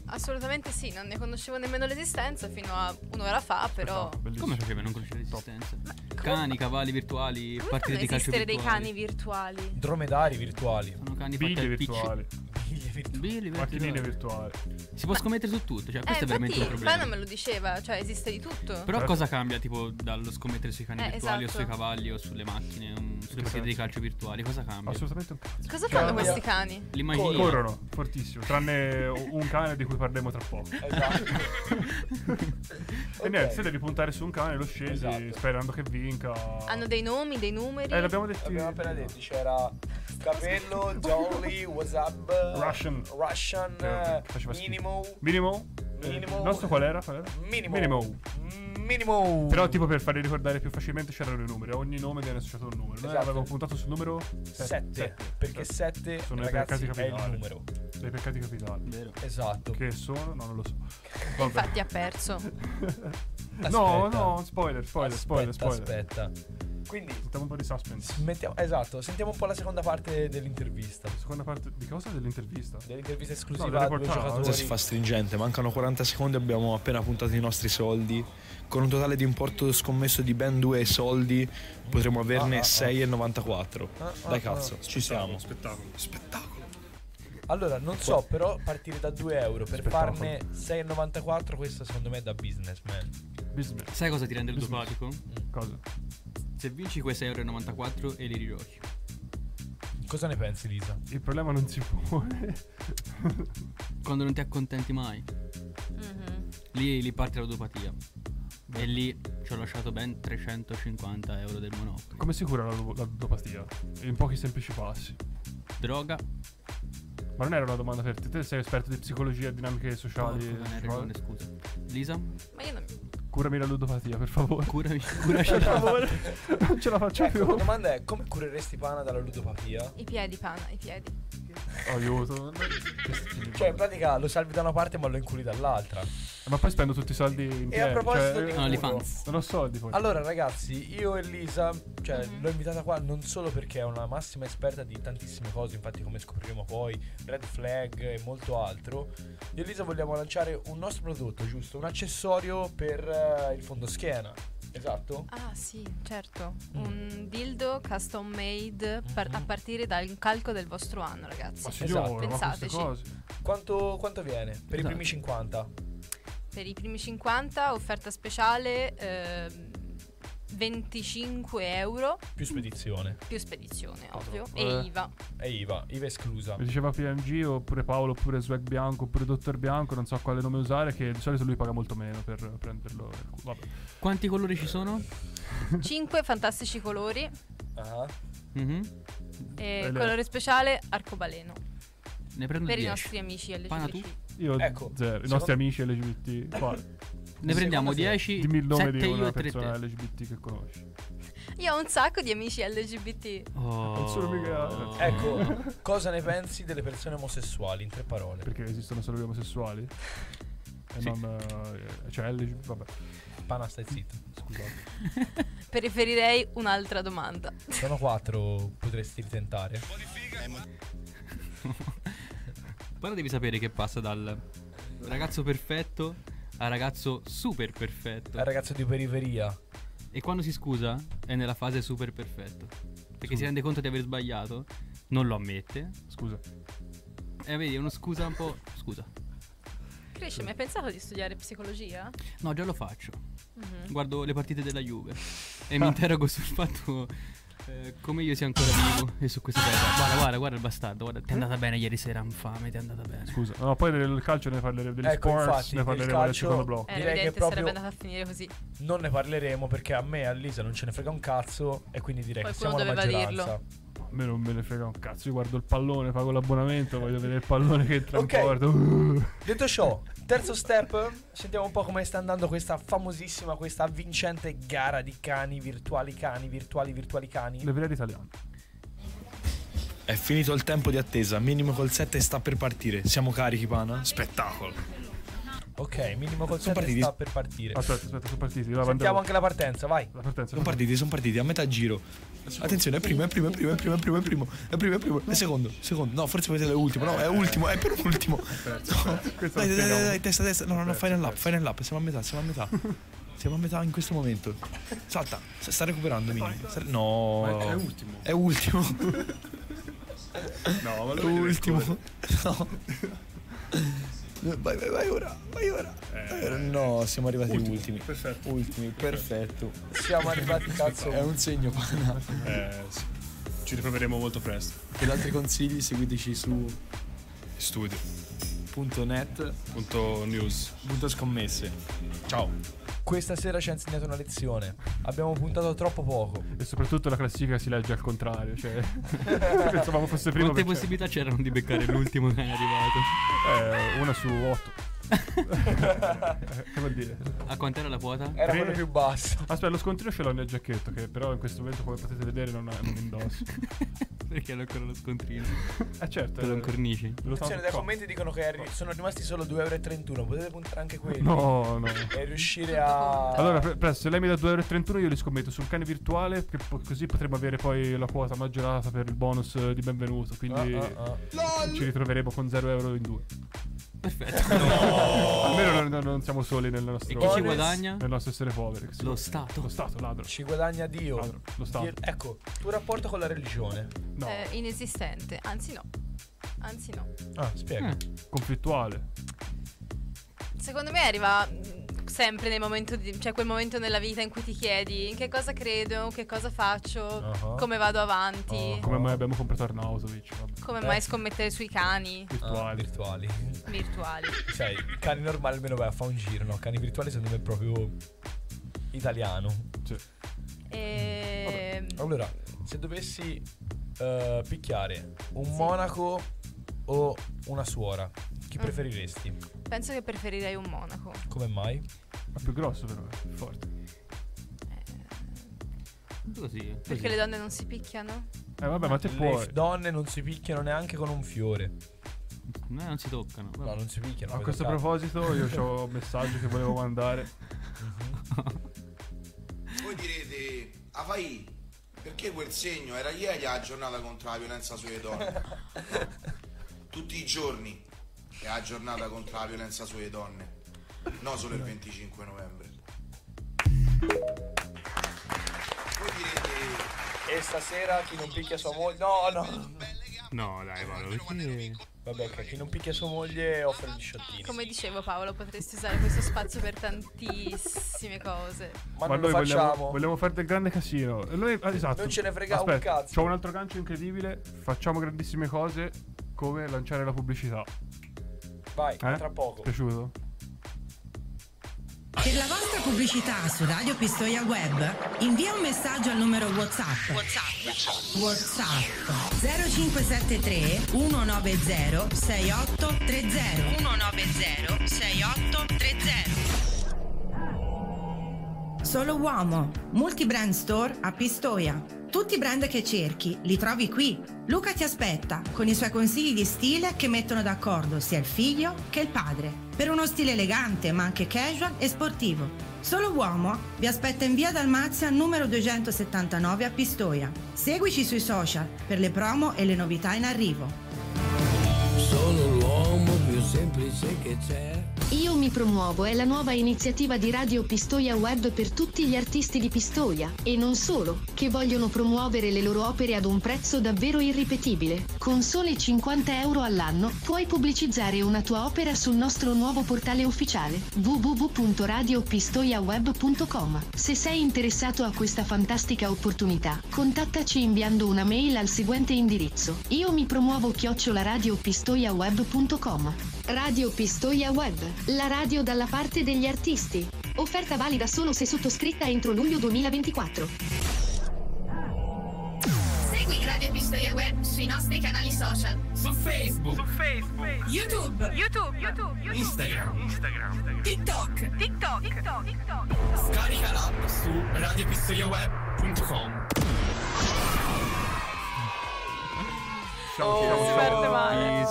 Speaker 7: Assolutamente sì, non ne conoscevo nemmeno l'esistenza fino a un'ora fa, però...
Speaker 4: Esatto, bellissimo.
Speaker 6: Come facevi a non conoscere l'esistenza? Cani,
Speaker 7: come-
Speaker 6: cavalli virtuali,
Speaker 7: Come
Speaker 6: partite
Speaker 7: fanno
Speaker 6: di
Speaker 7: a
Speaker 6: calcio
Speaker 7: esistere dei
Speaker 6: virtuali.
Speaker 7: cani virtuali?
Speaker 3: Dromedari virtuali.
Speaker 6: Sono cani fatti
Speaker 4: Biglie
Speaker 6: al picci-
Speaker 4: virtuali,
Speaker 3: Biglie virtuali.
Speaker 6: Biglie
Speaker 4: macchinine
Speaker 6: virtuali.
Speaker 4: virtuali.
Speaker 6: Si può scommettere su tutto, cioè questo è
Speaker 7: eh,
Speaker 6: veramente un
Speaker 7: infatti,
Speaker 6: problema.
Speaker 7: Pana me lo diceva, cioè esiste di tutto.
Speaker 6: Però
Speaker 4: Certo.
Speaker 6: cosa cambia tipo dallo scommettere sui cani
Speaker 7: Eh,
Speaker 6: virtuali o
Speaker 7: esatto.
Speaker 6: sui cavalli o sulle macchine, um, sulle partite
Speaker 4: senso?
Speaker 6: di calcio virtuali? Cosa cambia?
Speaker 4: Esatto. Assolutamente un cazzo.
Speaker 7: Cosa
Speaker 3: Cambia.
Speaker 7: fanno questi cani?
Speaker 6: L'immagine
Speaker 4: Corrono fortissimo, tranne un cane di cui parleremo tra poco. E
Speaker 3: Esatto. Ok.
Speaker 4: niente, se devi puntare su un cane, lo scegli
Speaker 3: Esatto.
Speaker 4: sperando che vinca.
Speaker 7: Hanno dei nomi, dei numeri?
Speaker 4: Eh, l'abbiamo detto.
Speaker 3: Abbiamo appena detto, c'era Capello, Jolly, WhatsApp,
Speaker 4: Russian.
Speaker 3: Russian,
Speaker 4: Eh, che faceva schifo.
Speaker 3: Minimo,
Speaker 4: Minimo? Eh,
Speaker 3: Minimo.
Speaker 4: Il nostro qual era? Qual era?
Speaker 3: Minimo,
Speaker 4: Minimo.
Speaker 3: Minimo.
Speaker 4: Però tipo per farli ricordare più facilmente c'erano i numeri, a ogni nome viene associato un numero. Noi
Speaker 3: Esatto.
Speaker 4: avevamo puntato sul numero
Speaker 3: 7,
Speaker 4: 7.
Speaker 3: perché 7
Speaker 4: Sono i
Speaker 3: ragazzi
Speaker 4: peccati
Speaker 3: è il
Speaker 4: capitali.
Speaker 3: numero.
Speaker 4: Dei peccati capitali.
Speaker 6: Vero.
Speaker 3: Esatto.
Speaker 4: Che sono? No, non lo so. Vabbè.
Speaker 7: Infatti ha perso.
Speaker 4: No,
Speaker 3: Aspetta.
Speaker 4: no, spoiler, spoiler, spoiler,
Speaker 3: aspetta,
Speaker 4: spoiler.
Speaker 3: aspetta. Quindi
Speaker 4: Sentiamo un po' di suspense.
Speaker 3: mettiamo- esatto, sentiamo un po' la seconda parte dell'intervista.
Speaker 4: Seconda parte di cosa? Dell'intervista?
Speaker 3: Dell'intervista esclusiva
Speaker 4: No, del
Speaker 3: a due
Speaker 4: reportage.
Speaker 5: La
Speaker 3: giocatori.
Speaker 5: cosa si fa stringente, mancano 40 secondi, abbiamo appena puntato i nostri soldi. Con un totale di importo scommesso di ben due soldi potremo averne
Speaker 3: Ah, ah, ah.
Speaker 5: 6,94.
Speaker 3: Ah, ah,
Speaker 5: Dai
Speaker 3: ah.
Speaker 5: cazzo, ci siamo.
Speaker 2: Spettacolo.
Speaker 3: Allora, non so, però partire da 2 euro per farne 6,94, questo secondo me è da businessman.
Speaker 4: Business.
Speaker 6: Sai cosa ti rende il
Speaker 4: Business.
Speaker 6: ludopatico?
Speaker 3: Mm.
Speaker 4: Cosa?
Speaker 6: Se vinci quei 6,94 euro e li rigiochi.
Speaker 3: Cosa ne pensi, Lisa?
Speaker 4: Il problema non si può.
Speaker 6: Quando non ti accontenti mai,
Speaker 7: Mhm.
Speaker 6: lì, lì parte la ludopatia. E lì ci ho lasciato ben 350 euro del monopolio.
Speaker 4: Come si cura la, lu- la ludopastia? In pochi semplici passi.
Speaker 6: Droga,
Speaker 4: Ma non era una domanda per te. Te sei esperto di psicologia, dinamiche sociali.
Speaker 6: porco, non hai
Speaker 4: cioè,
Speaker 6: ragione, scusa. Lisa,
Speaker 7: Ma io non...
Speaker 4: Curami la ludopatia, per favore.
Speaker 6: curami, curaci.
Speaker 4: non ce la faccio
Speaker 3: Ecco,
Speaker 4: più.
Speaker 3: la domanda è come cureresti Pana dalla ludopatia?
Speaker 7: I piedi, Pana, i piedi.
Speaker 4: Aiuto. Eh,
Speaker 3: Cioè, in pratica lo salvi da una parte ma lo inculi dall'altra.
Speaker 4: Ma poi spendo tutti i soldi in
Speaker 3: E a
Speaker 4: piedi,
Speaker 3: proposito
Speaker 4: cioè,
Speaker 3: di
Speaker 6: No, li
Speaker 3: culo,
Speaker 6: fans.
Speaker 4: Non ho soldi poi.
Speaker 3: Allora ragazzi, io e Lisa, cioè l'ho invitata qua non solo perché è una massima esperta di tantissime cose, infatti come scopriremo poi, red flag e molto altro, io e Lisa vogliamo lanciare un nostro prodotto, giusto? Un accessorio per eh, il fondoschiena, esatto?
Speaker 7: Ah sì, certo.
Speaker 3: Mm.
Speaker 7: Un dildo custom made per- a
Speaker 3: Mhm.
Speaker 7: partire dal calco del vostro anno, ragazzi.
Speaker 4: ma signora,
Speaker 3: esatto,
Speaker 4: ma queste
Speaker 7: pensateci.
Speaker 4: cose.
Speaker 3: Quanto, quanto viene? Per i
Speaker 6: Esatto.
Speaker 3: primi 50?
Speaker 7: Per i primi 50, offerta speciale, ehm, 25 euro
Speaker 3: Più spedizione.
Speaker 7: più spedizione, ovvio,
Speaker 4: Eh.
Speaker 7: e IVA.
Speaker 3: E IVA, IVA esclusa.
Speaker 4: Mi diceva PMG oppure Paolo oppure Swag Bianco oppure Dottor Bianco, non so quale nome usare, che di solito lui paga molto meno per prenderlo. Vabbè.
Speaker 6: Quanti colori ci sono?
Speaker 7: 5 fantastici colori
Speaker 3: Ah.
Speaker 6: Mhm.
Speaker 7: e
Speaker 4: Bello.
Speaker 7: colore speciale arcobaleno
Speaker 6: Ne prendo
Speaker 7: per
Speaker 6: 10.
Speaker 7: i nostri amici
Speaker 6: Pana tu?
Speaker 7: LGBT.
Speaker 4: Io
Speaker 3: Ecco,
Speaker 4: zero. I
Speaker 3: secondo-
Speaker 4: nostri amici LGBT. qua,
Speaker 6: Ne prendiamo
Speaker 3: Secondo te,
Speaker 6: 10,
Speaker 4: dimmi il nome
Speaker 6: 7
Speaker 4: di
Speaker 6: io
Speaker 4: una
Speaker 6: e 3
Speaker 4: persona
Speaker 6: te.
Speaker 4: LGBT che conosci.
Speaker 7: Io ho un sacco di amici LGBT.
Speaker 6: Oh.
Speaker 4: Non sono mica-
Speaker 3: Ecco, cosa ne pensi delle persone omosessuali? In tre parole.
Speaker 4: Perché esistono solo gli omosessuali. E
Speaker 6: Sì.
Speaker 4: non. eh, cioè, LGBT, vabbè.
Speaker 3: Pana, stai zitto. Scusate.
Speaker 7: Preferirei un'altra domanda.
Speaker 3: Sono quattro, potresti ritentare.
Speaker 6: Però devi sapere che passa dal ragazzo perfetto al ragazzo super perfetto.
Speaker 3: Al ragazzo di periferia.
Speaker 6: E quando si scusa è nella fase super perfetto. Perché si rende conto di aver sbagliato, non lo ammette.
Speaker 4: Scusa.
Speaker 6: E vedi, è uno scusa un po'. Scusa.
Speaker 7: Cresce, mi hai pensato di studiare psicologia?
Speaker 6: No, già lo faccio.
Speaker 7: Mhm.
Speaker 6: Guardo le partite della Juve e mi interrogo sul fatto eh, come io sia ancora vivo e su questa terra. Guarda, guarda, guarda il bastardo, guarda, ti è andata bene ieri sera, infame, ti è andata bene.
Speaker 4: Scusa. No, poi del calcio ne parleremo. Degli
Speaker 3: Ecco,
Speaker 4: sports
Speaker 3: infatti,
Speaker 4: ne
Speaker 3: del
Speaker 4: parleremo nel
Speaker 3: calcio-
Speaker 4: secondo blocco.
Speaker 7: Era
Speaker 6: Eh.
Speaker 3: Direi che
Speaker 7: evidente, sarebbe
Speaker 3: proprio-
Speaker 7: andata a finire così.
Speaker 3: Non ne parleremo perché a me e a Lisa non ce ne frega un cazzo e quindi direi
Speaker 7: Qualcuno
Speaker 3: che siamo la
Speaker 7: doveva
Speaker 3: maggioranza.
Speaker 4: A me non me ne frega un cazzo. Io guardo il pallone, pago l'abbonamento, voglio vedere il pallone che entra
Speaker 3: Ok.
Speaker 4: in porta. Uh.
Speaker 3: Detto ciò, terzo step, sentiamo un po' come sta andando questa famosissima, questa vincente gara di cani, virtuali cani, virtuali, virtuali cani.
Speaker 4: Le verità italiane.
Speaker 5: È finito il tempo di attesa, minimo col 7 sta per partire. Siamo carichi, pana? Spettacolo.
Speaker 3: Ok, minimo consenso
Speaker 5: partiti.
Speaker 3: sta per partire.
Speaker 4: Aspetta, aspetta, sono partiti. va,
Speaker 3: Sentiamo
Speaker 4: andiamo.
Speaker 3: anche la partenza, vai.
Speaker 4: La partenza.
Speaker 5: Sono partiti, sono partiti a metà giro. Attenzione, è primo, è primo, è primo, è primo, è primo, è primo, è primo, è primo, è secondo, secondo. No, forse potete l'ultimo, no, è ultimo, è per ultimo. No.
Speaker 4: Questo
Speaker 5: Dai, dai, dai,
Speaker 4: non spiega
Speaker 5: dai,
Speaker 4: un-
Speaker 5: dai, testa, testa. No, no, no, final lap, final lap, siamo a metà, siamo a metà. Siamo a metà in questo momento. Salta, sta sta recuperando, Mini. Sta- No.
Speaker 4: Ma è ultimo.
Speaker 5: È ultimo.
Speaker 4: No, ma
Speaker 5: È
Speaker 4: lo vedi nel
Speaker 5: ultimo.
Speaker 4: culo.
Speaker 5: No. Vai, vai, vai ora, vai ora. Vai ora. No, siamo arrivati ultimi.
Speaker 4: Perfetto.
Speaker 5: Ultimi, perfetto.
Speaker 3: Siamo arrivati, cazzo.
Speaker 5: È un segno, pana.
Speaker 2: Eh, sì. Ci riproveremo molto presto.
Speaker 5: Per altri consigli seguiteci su
Speaker 2: Studio.news.
Speaker 5: .net, punto scommesse. Ciao.
Speaker 3: Questa sera ci ha insegnato una lezione. Abbiamo puntato troppo poco.
Speaker 4: E soprattutto la classifica si legge al contrario. Cioè, pensavamo fosse prima.
Speaker 6: Quante
Speaker 4: certo. perché-
Speaker 6: possibilità c'erano di beccare l'ultimo che è arrivato?
Speaker 4: Eh, una su otto. che vuol dire?
Speaker 6: A quant'era la quota?
Speaker 3: Era
Speaker 4: Tre.
Speaker 3: quello più basso.
Speaker 4: Aspetta, lo scontrino ce l'ho nel giacchetto, che però in questo momento, come potete vedere, non, non indosso.
Speaker 6: Perché era ancora lo scontrino.
Speaker 4: Eh certo.
Speaker 6: Te lo
Speaker 4: eh,
Speaker 6: incornici.
Speaker 4: lo so-
Speaker 3: Attenzione, dai commenti dicono che arri- sono rimasti solo 2,31 euro. Potete puntare anche quelli.
Speaker 4: No, no.
Speaker 3: E riuscire a.
Speaker 4: Allora, pre- presto, se lei mi dà 2,31€ io li scommetto sul cane virtuale, che po- così potremmo avere poi la quota maggiorata per il bonus eh, di benvenuto, quindi
Speaker 3: Ah, ah, ah.
Speaker 4: ci ritroveremo con 0 euro in due.
Speaker 6: Perfetto.
Speaker 4: Almeno non, non- non siamo soli nel
Speaker 6: E
Speaker 4: nostro,
Speaker 6: chi ci
Speaker 3: Bonus.
Speaker 6: guadagna?
Speaker 4: nel nostro essere poveri. che si-
Speaker 6: Lo Stato.
Speaker 4: Eh, Lo Stato, ladro.
Speaker 3: Ci guadagna Dio.
Speaker 4: Ladro, lo Stato.
Speaker 3: Dio- Ecco, tuo rapporto con la religione.
Speaker 4: No,
Speaker 7: Eh, inesistente, anzi no. Anzi no.
Speaker 3: Ah, spiega.
Speaker 6: Eh.
Speaker 4: Mm. conflittuale.
Speaker 7: Secondo me arriva mh, sempre nel momento di, cioè quel momento nella vita in cui ti chiedi in che cosa credo, che cosa faccio,
Speaker 3: Uh-huh.
Speaker 7: come vado avanti,
Speaker 3: Oh.
Speaker 4: Come mai abbiamo comprato Arnautovic? Vabbè,
Speaker 7: come
Speaker 3: Eh.
Speaker 7: mai scommettere sui cani
Speaker 3: Ah,
Speaker 4: virtuale.
Speaker 3: virtuali.
Speaker 7: virtuali.
Speaker 3: Sai, cani normali almeno vai a fare un giro, no? Cani virtuali secondo me è proprio italiano.
Speaker 4: Cioè,
Speaker 7: E...
Speaker 3: Allora, se dovessi eh, picchiare un monaco o una suora, chi
Speaker 7: Mm.
Speaker 3: preferiresti?
Speaker 7: Penso che preferirei un monaco.
Speaker 3: Come mai?
Speaker 4: ma più grosso però, eh, forte.
Speaker 6: Così.
Speaker 7: Perché le donne non si picchiano?
Speaker 4: Eh vabbè, ma te puoi.
Speaker 3: Le donne non si picchiano neanche con un fiore.
Speaker 6: No, non si toccano.
Speaker 3: No, non si picchiano.
Speaker 4: A
Speaker 3: puoi
Speaker 4: questo
Speaker 3: toccare.
Speaker 4: proposito io ho un messaggio che volevo mandare.
Speaker 8: Voi direte, Avai, perché quel segno era ieri la giornata contro la violenza sulle donne? Tutti i giorni è la giornata contro la violenza sulle donne, non solo il 25 novembre. Voi direte,
Speaker 3: E stasera chi non picchia sua moglie. No, no.
Speaker 6: No, dai, Paolo, perché...
Speaker 3: Vabbè, ok, chi non picchia sua moglie offre gli sciottini.
Speaker 7: Come dicevo Paolo, potresti usare questo spazio per tantissime cose.
Speaker 3: Ma,
Speaker 4: Ma
Speaker 3: non lo
Speaker 4: noi
Speaker 3: facciamo.
Speaker 4: vogliamo, vogliamo fare del grande casino. E Noi, ah, esatto.
Speaker 3: Non ce ne frega un
Speaker 4: Aspetta,
Speaker 3: cazzo.
Speaker 4: C'ho un altro gancio incredibile. Facciamo grandissime cose come lanciare la pubblicità.
Speaker 3: Vai,
Speaker 4: Eh?
Speaker 3: tra poco.
Speaker 4: Piaciuto?
Speaker 9: Per la vostra pubblicità su Radio Pistoia Web, invia un messaggio al numero WhatsApp. WhatsApp. WhatsApp 0573 190 6830. 190 6830. Solo uomo, multi-brand store a Pistoia. Tutti i brand che cerchi li trovi qui. Luca ti aspetta con i suoi consigli di stile che mettono d'accordo sia il figlio che il padre. Per uno stile elegante ma anche casual e sportivo. Solo uomo vi aspetta in via Dalmazia numero 279 a Pistoia. Seguici sui social per le promo e le novità in arrivo.
Speaker 10: Io mi promuovo è la nuova iniziativa di Radio Pistoia Web per tutti gli artisti di Pistoia, e non solo, che vogliono promuovere le loro opere ad un prezzo davvero irripetibile. Con soli 50 euro all'anno puoi pubblicizzare una tua opera sul nostro nuovo portale ufficiale www.radiopistoiaweb.com. Se sei interessato a questa fantastica opportunità, contattaci inviando una mail al seguente indirizzo. Io mi promuovo chioccioladiopistoiaweb.com. Radio Pistoia Web, la radio dalla parte degli artisti. Offerta valida solo se sottoscritta entro luglio 2024.
Speaker 11: Segui Radio Pistoia Web sui nostri canali social.
Speaker 1: YouTube, YouTube,
Speaker 11: Instagram.
Speaker 1: TikTok,
Speaker 11: TikTok. TikTok. TikTok.
Speaker 12: Scarica l'app su radiopistoriaweb.com
Speaker 4: Ciao,
Speaker 3: Oh,
Speaker 4: ciao,
Speaker 7: Parte
Speaker 4: ciao.
Speaker 7: male.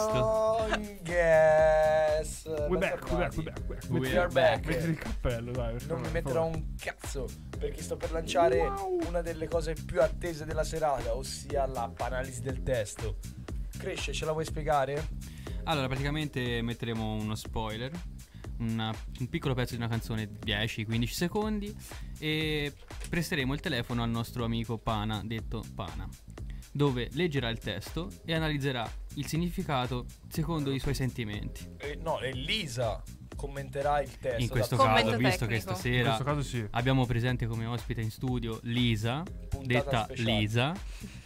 Speaker 3: Yes.
Speaker 4: We're back, we're back, we're back, we're back.
Speaker 3: We
Speaker 4: Metti-
Speaker 3: are back.
Speaker 4: Metti il cappello, dai. per
Speaker 3: Non mi
Speaker 4: favore,
Speaker 3: metterò un cazzo perché sto per lanciare una delle cose più attese della serata, ossia la panalisi del testo. Cresce, ce la vuoi spiegare?
Speaker 6: Allora, praticamente metteremo uno spoiler, una- un piccolo pezzo di una canzone, 10-15 secondi, e presteremo il telefono al nostro amico Pana, detto Pana, dove leggerà il testo e analizzerà il significato secondo i suoi sentimenti.
Speaker 3: Eh, no, Elisa commenterà il testo.
Speaker 6: In questo
Speaker 3: da-
Speaker 7: Commento
Speaker 6: caso, visto che
Speaker 7: tecnico.
Speaker 4: In
Speaker 6: stasera
Speaker 4: questo caso sì.
Speaker 3: Ah,
Speaker 6: abbiamo presente come ospite in studio Lisa, detta
Speaker 3: speciale.
Speaker 6: Lisa,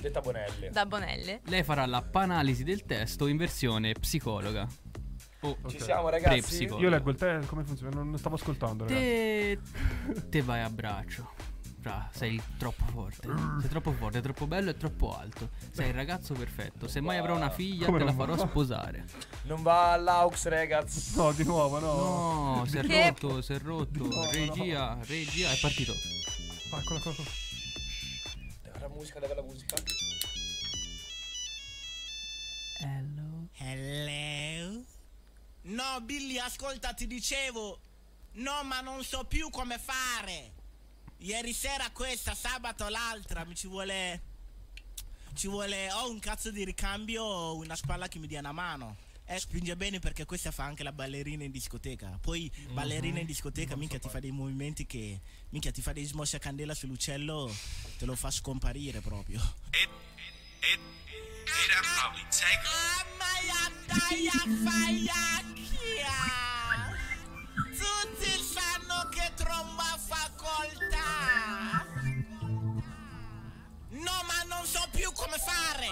Speaker 3: Detta Bonelli.
Speaker 7: Da Bonelle.
Speaker 6: lei farà la panalisi del testo in versione psicologa. O
Speaker 3: Ci
Speaker 4: Ok.
Speaker 3: siamo ragazzi.
Speaker 6: Pre-psicologa.
Speaker 4: Io leggo il te, come funziona? Non non stavo ascoltando, ragazzi.
Speaker 6: Te, te vai a braccio. Fra, sei troppo forte. Sei troppo forte, troppo bello e troppo alto. Sei il ragazzo perfetto. Se mai avrò una figlia,
Speaker 4: Come
Speaker 6: te la
Speaker 4: non
Speaker 6: farò
Speaker 4: va?
Speaker 6: sposare.
Speaker 3: Non va all'aux, ragazzi.
Speaker 4: No, di nuovo, no.
Speaker 6: No, si è
Speaker 7: Che-
Speaker 6: rotto, si è rotto. Regia, regia, è partito.
Speaker 4: Ah, quella cosa.
Speaker 3: Leva la musica, leva la musica.
Speaker 12: Hello? No, Billy, ascolta, ti dicevo. No, ma non so più come fare. Ieri sera questa, sabato l'altra, mi ci vuole... Ci vuole o un cazzo di ricambio o una spalla che mi dia una mano. E spinge bene perché questa fa anche la ballerina in discoteca. Poi ballerina in discoteca, minchia ti fa dei movimenti che... Minchia ti fa dei smossi a candela sull'uccello, te lo fa scomparire proprio. Tutti sanno che tromba facoltà. No, ma non so più come fare.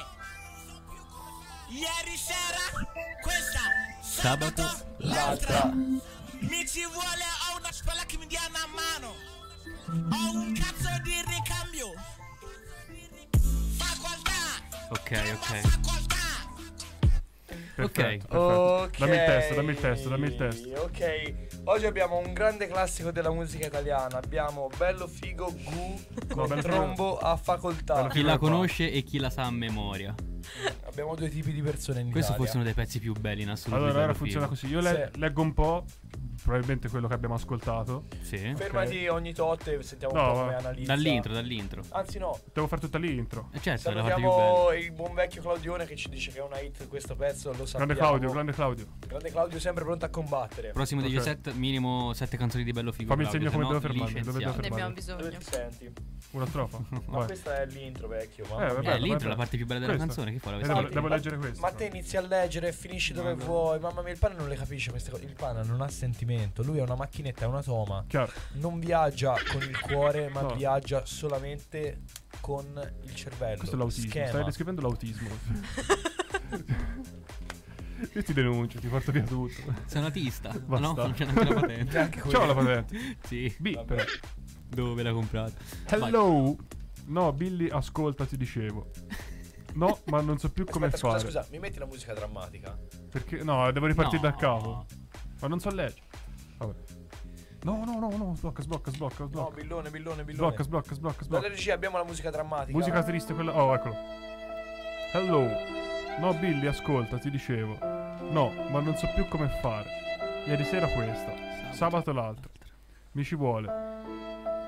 Speaker 12: Ieri sera, questa, sabato,
Speaker 6: Sabato,
Speaker 12: l'altra. Mi ci vuole ho una spalla che mi dia una mano. Ho un cazzo di ricambio. Facoltà,
Speaker 6: Ok, ok.
Speaker 12: facoltà.
Speaker 4: Perfetto,
Speaker 6: Ok.
Speaker 4: perfetto. Dammi il testo, dammi il testo, dammi il testo.
Speaker 3: Ok, oggi abbiamo un grande classico della musica italiana. Abbiamo Bello Figo Gu
Speaker 4: No,
Speaker 3: con
Speaker 4: Bello Figo-
Speaker 3: Trombo a facoltà.
Speaker 4: Bello
Speaker 6: Chi
Speaker 4: Figo-
Speaker 6: la conosce e chi la sa a memoria.
Speaker 3: Abbiamo due tipi di persone in
Speaker 6: Questo
Speaker 3: Italia.
Speaker 6: forse è uno dei pezzi più belli in assoluto.
Speaker 4: Allora,
Speaker 6: di
Speaker 4: ora
Speaker 6: Ferro
Speaker 4: funziona
Speaker 6: Figo.
Speaker 4: così. Io le-
Speaker 3: Sì.
Speaker 4: leggo un po', probabilmente quello che abbiamo ascoltato.
Speaker 6: Sì.
Speaker 3: Fermati ogni tot e sentiamo
Speaker 4: No,
Speaker 3: un po'
Speaker 4: va.
Speaker 3: come analizza.
Speaker 6: Dall'intro, dall'intro.
Speaker 3: Anzi no,
Speaker 4: Devo fare tutta l'intro.
Speaker 6: Eh, certo, è la parte più
Speaker 3: salutiamo il buon vecchio Claudione che ci dice che è una hit questo pezzo, lo sappiamo.
Speaker 4: Grande Claudio, grande Claudio.
Speaker 3: Grande Claudio sempre pronto a combattere.
Speaker 6: Prossimo DJ set, minimo 7 canzoni di bello figo.
Speaker 4: Fammi il
Speaker 6: Claudio,
Speaker 4: segno
Speaker 6: se
Speaker 4: come
Speaker 6: no
Speaker 4: devo fermarmi, dove devo
Speaker 6: licenziato.
Speaker 4: fermarmi? abbiamo
Speaker 3: bisogno. Dove ti senti?
Speaker 4: Una strofa.
Speaker 3: Ma
Speaker 4: Vai.
Speaker 3: questa è l'intro vecchio,
Speaker 4: Eh,
Speaker 3: ma...
Speaker 4: vabbè,
Speaker 6: Eh, l'intro è la parte più bella della
Speaker 4: Questa.
Speaker 6: canzone, che fa la
Speaker 4: Eh,
Speaker 6: vestita?
Speaker 4: devo, devo leggere questo.
Speaker 3: Ma te inizi a leggere e finisci dove vuoi. Mamma mia, il pana non le capisce queste cose. Il pana non ha sentimento. Lui è una macchinetta, è un automa.
Speaker 4: Chiaro.
Speaker 3: Non viaggia con il cuore, ma
Speaker 4: No.
Speaker 3: viaggia solamente con il cervello.
Speaker 4: Questo è l'autismo.
Speaker 3: Schema.
Speaker 4: Stai descrivendo l'autismo. Io ti denuncio, ti porto via tutto.
Speaker 6: Sei un autista. Ma
Speaker 4: Basta.
Speaker 6: no, non c'è neanche la patente.
Speaker 4: Neanche C'ho la patente.
Speaker 6: sì.
Speaker 4: B, però.
Speaker 6: Dove l'ha comprata?
Speaker 4: Hello. No, Billy, ascolta, ti dicevo. No, ma non so più come
Speaker 3: Aspetta,
Speaker 4: fare.
Speaker 3: scusa, scusa, mi metti la musica drammatica?
Speaker 4: Perché? No, devo ripartire
Speaker 3: No.
Speaker 4: dal capo. Ma non so leggere. Vabbè. No, no, no, no, sblocca, sblocca, sblocca,
Speaker 3: No,
Speaker 4: sblocca.
Speaker 3: billone, billone, billone.
Speaker 4: Sblocca, sblocca, sblocca,
Speaker 3: Dalla
Speaker 4: sblocca.
Speaker 3: regia abbiamo la musica drammatica.
Speaker 4: Musica triste quella. Oh, eccolo. Hello. No, Billy, ascolta, ti dicevo. No, ma non so più come fare. Ieri sera questa, sabato, l'altra. Mi ci vuole.